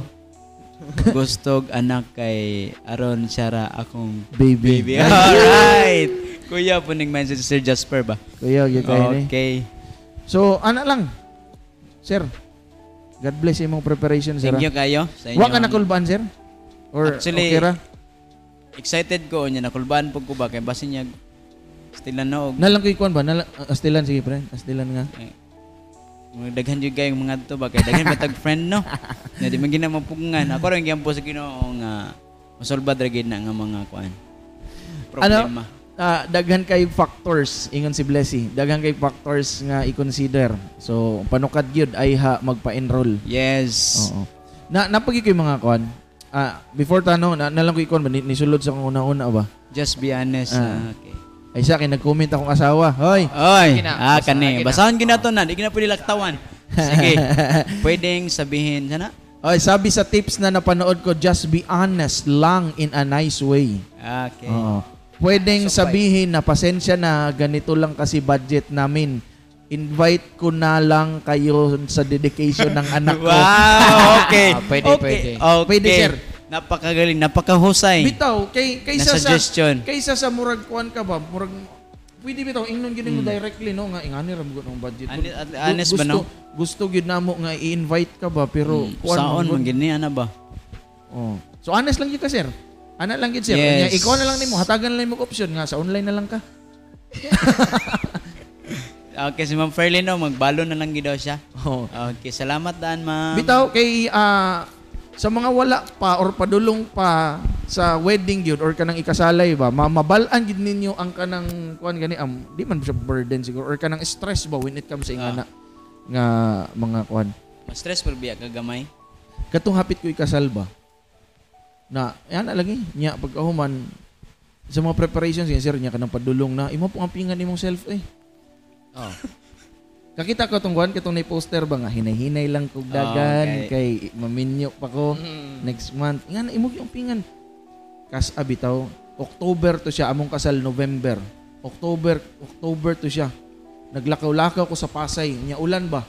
Speaker 2: Gustog anak kay aron sara akong
Speaker 1: baby, [LAUGHS]
Speaker 2: baby. Alright. Kuya po ning message Sir Jasper ba?
Speaker 1: kuya gyud Iya, kayo ni
Speaker 2: Okay.
Speaker 1: so ana lang sir God bless imong preparation sir
Speaker 2: Thank you kayo sa
Speaker 1: wa ka
Speaker 2: inyong-
Speaker 1: nakulbaan sir or
Speaker 2: Actually,
Speaker 1: okay ra
Speaker 2: excited ko nya nakulbaan pug ko ba kay basin niya still na noog.
Speaker 1: nalang kay kwan ba nalang ah, astilan sige pre astilan nga
Speaker 2: Eh, mga daghan jud kay mga to ba kay daghan matag friend
Speaker 1: [LAUGHS]
Speaker 2: no. Nya di man gina mapugngan. Ako ra gyampo sa Ginoo oh, nga masolba ra gid na nga mga kuan.
Speaker 1: Ano?
Speaker 2: Problema.
Speaker 1: ah, daghan kay factors ingon si Blessy daghan kay factors nga i-consider so panukad gyud ay ha magpa-enroll
Speaker 2: Yes.
Speaker 1: Oo. Na napagi ko yung mga kon. Ah, before tanong, na, nalang ko ikon ba Ni- nisulod sa kong una-una ba?
Speaker 2: Just be honest.
Speaker 1: Ah.
Speaker 2: Ah, okay.
Speaker 1: Ay sa akin nag-comment akong asawa. Hoy.
Speaker 2: Oy,
Speaker 3: Sige na,
Speaker 2: ah,
Speaker 3: basahin
Speaker 2: kani.
Speaker 3: na.
Speaker 2: Basahan gina to na. Di gina pwede laktawan.
Speaker 1: [LAUGHS]
Speaker 2: Sige. Pwedeng sabihin. Sana?
Speaker 1: Hoy, sabi sa tips na napanood ko, just be honest lang in a nice way.
Speaker 2: Okay.
Speaker 1: Oo. Pwedeng sabihin na pasensya na ganito lang kasi budget namin. Invite ko na lang kayo sa dedication ng anak ko.
Speaker 2: [LAUGHS] Wow, okay.
Speaker 1: [LAUGHS]
Speaker 3: Ah, pwede,
Speaker 2: okay.
Speaker 3: pwede.
Speaker 2: Okay.
Speaker 1: Pwede, sir.
Speaker 2: Napakagaling, napakahusay.
Speaker 1: Bitaw, kay, kaysa
Speaker 2: Na
Speaker 1: sa,
Speaker 2: suggestion.
Speaker 1: kaysa sa murag kuan ka ba, murag, pwede bitaw, ingnon yun mo directly, no, nga, ingani ram ng budget. mo.
Speaker 2: Hmm. Ani- at-
Speaker 1: Gu-
Speaker 2: honest ba,
Speaker 1: gusto,
Speaker 2: no?
Speaker 1: Gusto yun na mo nga i-invite ka ba, pero
Speaker 2: Hmm,
Speaker 1: kuwan
Speaker 2: Saon
Speaker 1: mo,
Speaker 2: man
Speaker 1: gud.
Speaker 2: gini ana ba?
Speaker 1: Oh. So honest lang yun ka, sir. Ana lang yun, sir.
Speaker 2: Yes.
Speaker 1: Nya, ikaw na lang nimo, hatagan na lang mo option nga, sa online na lang ka.
Speaker 2: Okay, si Ma'am Ferlino, magbalo na lang gid daw siya.
Speaker 1: Oh.
Speaker 2: Okay, salamat daan, Ma'am.
Speaker 1: Bitaw, kay, ah, sa mga wala pa or padulong pa sa wedding yun or kanang ikasalay ba mamabalan gid ninyo ang kanang kuan gani am di man siya burden siguro or kanang stress ba when it comes sa ingana nga mga kuan
Speaker 2: Mas stressful biya kagamay.
Speaker 1: katong hapit ko ikasal ba na yan na lagi nya pagkahuman sa mga preparations yan sir nya kanang padulong na imo pong ampingan imong self eh
Speaker 3: Oh.
Speaker 1: kakita ko tong kuan katong nay poster ba nga hinay-hinay lang kog dagan kay
Speaker 2: Okay.
Speaker 1: maminyo pa ko
Speaker 3: Mm.
Speaker 1: next month nga na imo yung pingan kas abitaw October to siya among kasal November October October to siya naglakaw-lakaw ko sa Pasay nya ulan ba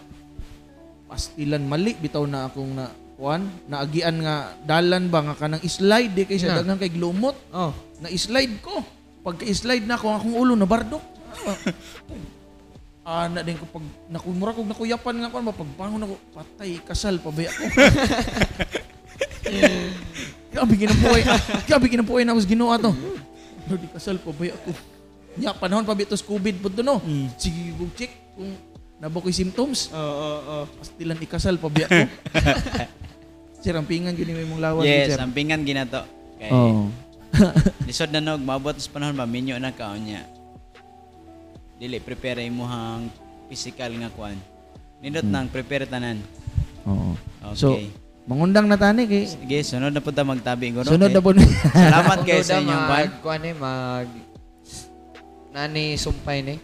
Speaker 1: pastilan mali bitaw na akong na kuan naagian nga dalan ba nga kanang slide di kay
Speaker 3: Na.
Speaker 1: sa daghang kay glumot
Speaker 3: Oh.
Speaker 1: na slide ko pagka slide na ako ang akong ulo na bardok
Speaker 3: [LAUGHS]
Speaker 1: Ah, na din ko pag nakumura ko nakuyapan nga kuan mapagbangon ako patay kasal pabaya
Speaker 3: [LAUGHS]
Speaker 1: ko. Grabe ginapuhay. Ah, Grabe ginapuhay na ako sa Ginoo to. No di kasal pabaya ko. Nya panahon pa bitos COVID pud no. Sige go check kung nabakoy symptoms.
Speaker 3: Hmm. Oo, oo, oo.
Speaker 1: Pastilan ikasal pabaya
Speaker 3: [LAUGHS]
Speaker 1: ko. sir, ang pingan gini may mong lawas
Speaker 2: yes,
Speaker 1: sir.
Speaker 2: sampingan gina to. Okay.
Speaker 1: Oh.
Speaker 2: [LAUGHS] Lisod na nog, maabot sa panahon, maminyo na ka niya. Dili, prepare mo hang physical nga kuan. Nindot nang prepare tanan.
Speaker 1: Hmm. Oo.
Speaker 2: Okay.
Speaker 1: So, mangundang na tani kay
Speaker 2: Sige, sunod na po ta magtabi. Guro,
Speaker 1: sunod na po.
Speaker 2: okay?
Speaker 1: [LAUGHS]
Speaker 2: Salamat
Speaker 3: Kung
Speaker 2: kayo
Speaker 3: duda,
Speaker 2: sa inyong
Speaker 3: mag,
Speaker 2: pan.
Speaker 3: kuan eh, mag... Nani sumpay ni.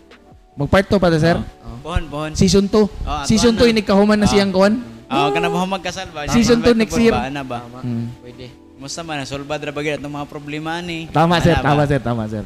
Speaker 1: Magpart 2 pa ta,
Speaker 3: Ah.
Speaker 1: sir.
Speaker 2: Pohon, pohon.
Speaker 1: Season 2.
Speaker 2: at
Speaker 1: Season
Speaker 2: ano?
Speaker 1: 2 nagkahuman na siyang kon.
Speaker 2: Oh, kana ba magkasal ba?
Speaker 1: Season two
Speaker 2: Back to
Speaker 1: next
Speaker 2: back
Speaker 1: year.
Speaker 2: Ba, ana ba?
Speaker 3: Tama. Ah, Pwede.
Speaker 2: Musta man, solbad ra ba gyud atong mga problema ni?
Speaker 1: Tama sir,
Speaker 2: Ana ba? Ah,
Speaker 1: tama sir, tama sir.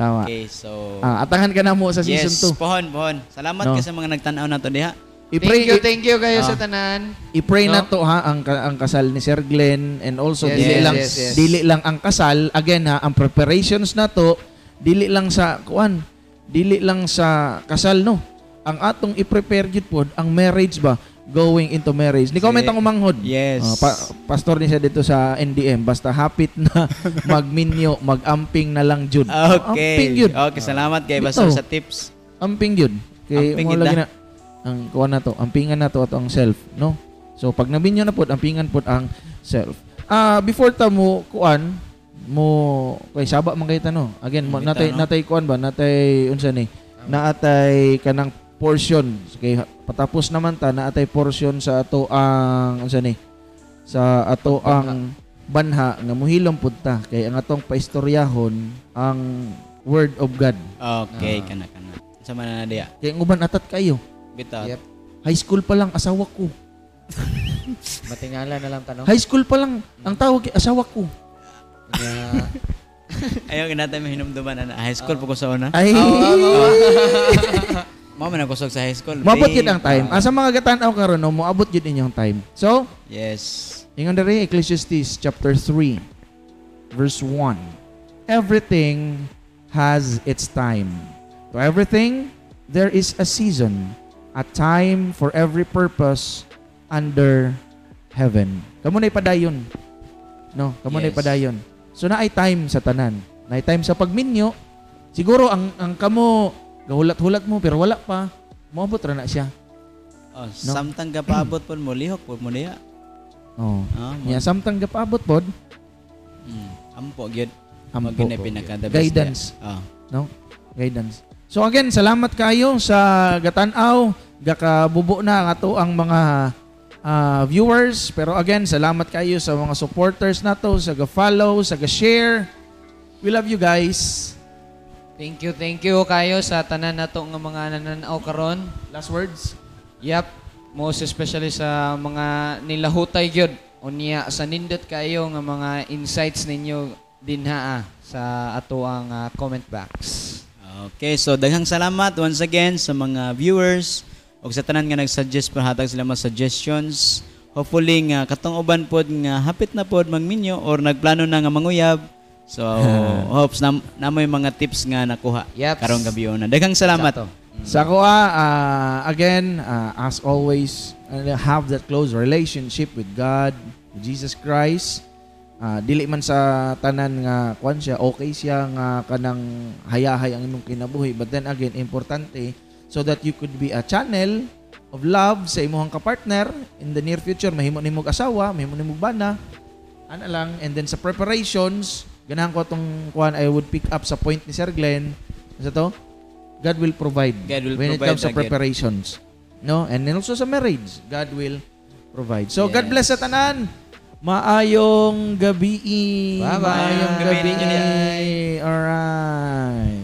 Speaker 1: Tama.
Speaker 2: Okay, so
Speaker 1: Ah, atangan ka na mo sa season
Speaker 2: Yes,
Speaker 1: 2.
Speaker 2: pohon, pohon. Salamat
Speaker 1: No.
Speaker 2: kayo sa mga nagtan-aw nato diha.
Speaker 1: I-pray
Speaker 3: Thank you, thank you kayo
Speaker 1: Ah.
Speaker 3: sa tanan.
Speaker 1: i-pray
Speaker 3: No?
Speaker 1: na to ha ang ka- ang kasal ni Sir Glenn and also
Speaker 3: Yes,
Speaker 1: dili
Speaker 2: yes,
Speaker 1: lang
Speaker 3: yes, yes.
Speaker 1: dili lang ang kasal again ha ang preparations na to dili lang sa kuan dili lang sa kasal no ang atong i-prepare gyud pod ang marriage ba going into marriage. Ni comment ang umanghod.
Speaker 2: Yes.
Speaker 1: Oh, pa- pastor ni siya dito sa NDM, basta hapit na magminyo, magamping na lang jud. Amping
Speaker 2: Okay.
Speaker 1: jud.
Speaker 2: Okay, salamat kay
Speaker 1: Dito.
Speaker 2: Pastor sa tips.
Speaker 1: Amping jud. Kay
Speaker 2: Amping
Speaker 1: mo
Speaker 2: gid
Speaker 1: lagi na
Speaker 2: na.
Speaker 1: ang kuha na to, ampingan na to ato ang self, no? So pag nabinyo na pod, ampingan pod ang self. Ah, before ta mo kuan mo kay saba man kay tanong. Again, mo,
Speaker 2: Mita,
Speaker 1: natay
Speaker 2: no?
Speaker 1: natay kuan ba? Natay unsa ni? Naatay kanang portion kay patapos naman ta naatay portion sa ato ang unsa ni? sa ato ang banha nga muhilom pud ta kay ang atong paistoryahon ang word of God.
Speaker 2: Okay, kana kana. Sa man na diya.
Speaker 1: Kay ang uban atat kayo.
Speaker 2: Bitaw.
Speaker 3: Yep.
Speaker 1: High school pa lang asawa ko.
Speaker 3: Matingala na lang tanong.
Speaker 1: High school pa lang ang tawag kay asawa ko.
Speaker 3: Na,
Speaker 2: Ayaw ginatay may hinumduman na na. high school po ko sa una.
Speaker 1: Ay.
Speaker 2: Mama na kusog sa high school. Ah,
Speaker 1: Mabot
Speaker 2: babe.
Speaker 1: yun ang time. Ah. Asa mga gatan-aw karon no, moabot yun inyong time. So,
Speaker 2: Yes.
Speaker 1: ingon dere Ecclesiastes chapter 3 verse 1. Everything has its time. To everything there is a season, a time for every purpose under heaven. Kamo na padayon. No, kamo na
Speaker 2: Yes.
Speaker 1: padayon. So naay time sa tanan. Naay time sa pagminyo. Siguro ang ang kamo gahulat-hulat mo pero wala pa. Moabot ra na siya.
Speaker 2: Oh, samtang gapabot po mo lihok po mo diya.
Speaker 1: Oh.
Speaker 2: Ah, mo.
Speaker 1: Nya samtang gapaabot pod,
Speaker 2: Mm. Ampo gyud.
Speaker 1: Ampo,
Speaker 2: Ampo gyud
Speaker 1: po,
Speaker 2: pinakada
Speaker 1: guidance.
Speaker 2: Oh.
Speaker 1: no? Guidance. So again, salamat kayo sa gatanaw, gakabubo na ang ato ang mga ah, viewers. Pero again, salamat kayo sa mga supporters nato, sa ga-follow, sa ga-share. We love you guys.
Speaker 3: thank you, thank you kayo sa tanan nato nga mga nananaw karon.
Speaker 1: Last words?
Speaker 3: Yep. Most especially sa mga nilahutay gyud. Unya sa nindot kayo nga mga insights ninyo dinha ah, sa ato ang ah, comment box.
Speaker 2: Okay, so daghang salamat once again sa mga viewers ug sa tanan nga nag-suggest pa hatag sila mga suggestions. Hopefully nga katong uban pod nga hapit na pod magminyo or nagplano na nga manguyab. So hopes na namoy mga tips nga nakuha
Speaker 3: Yaps.
Speaker 2: karong gabi una. Daghang salamat.
Speaker 3: Sakto.
Speaker 1: Sa ako, ah, ah, again, ah, as always, ah, have that close relationship with God, with Jesus Christ. Ah, dili man sa tanan nga kwan siya, okay siya nga kanang hayahay ang imong kinabuhi. But then again, importante so that you could be a channel of love sa imong kapartner in the near future. Mahimo nimo asawa, mahimo nimo bana. Ana lang. And then sa preparations, ganahan ko tong kwan, I would pick up sa point ni Sir Glenn. Sa to? God will provide
Speaker 2: God will
Speaker 1: when it
Speaker 2: provide
Speaker 1: comes to
Speaker 2: again.
Speaker 1: preparations. No? And then also sa marriage, God will provide. So, God
Speaker 2: Yes.
Speaker 1: bless sa tanan. Maayong gabi.
Speaker 3: Bye-bye.
Speaker 1: Maayong
Speaker 2: Gabi
Speaker 1: gabi.
Speaker 2: ninyo
Speaker 1: Alright.
Speaker 2: Ah.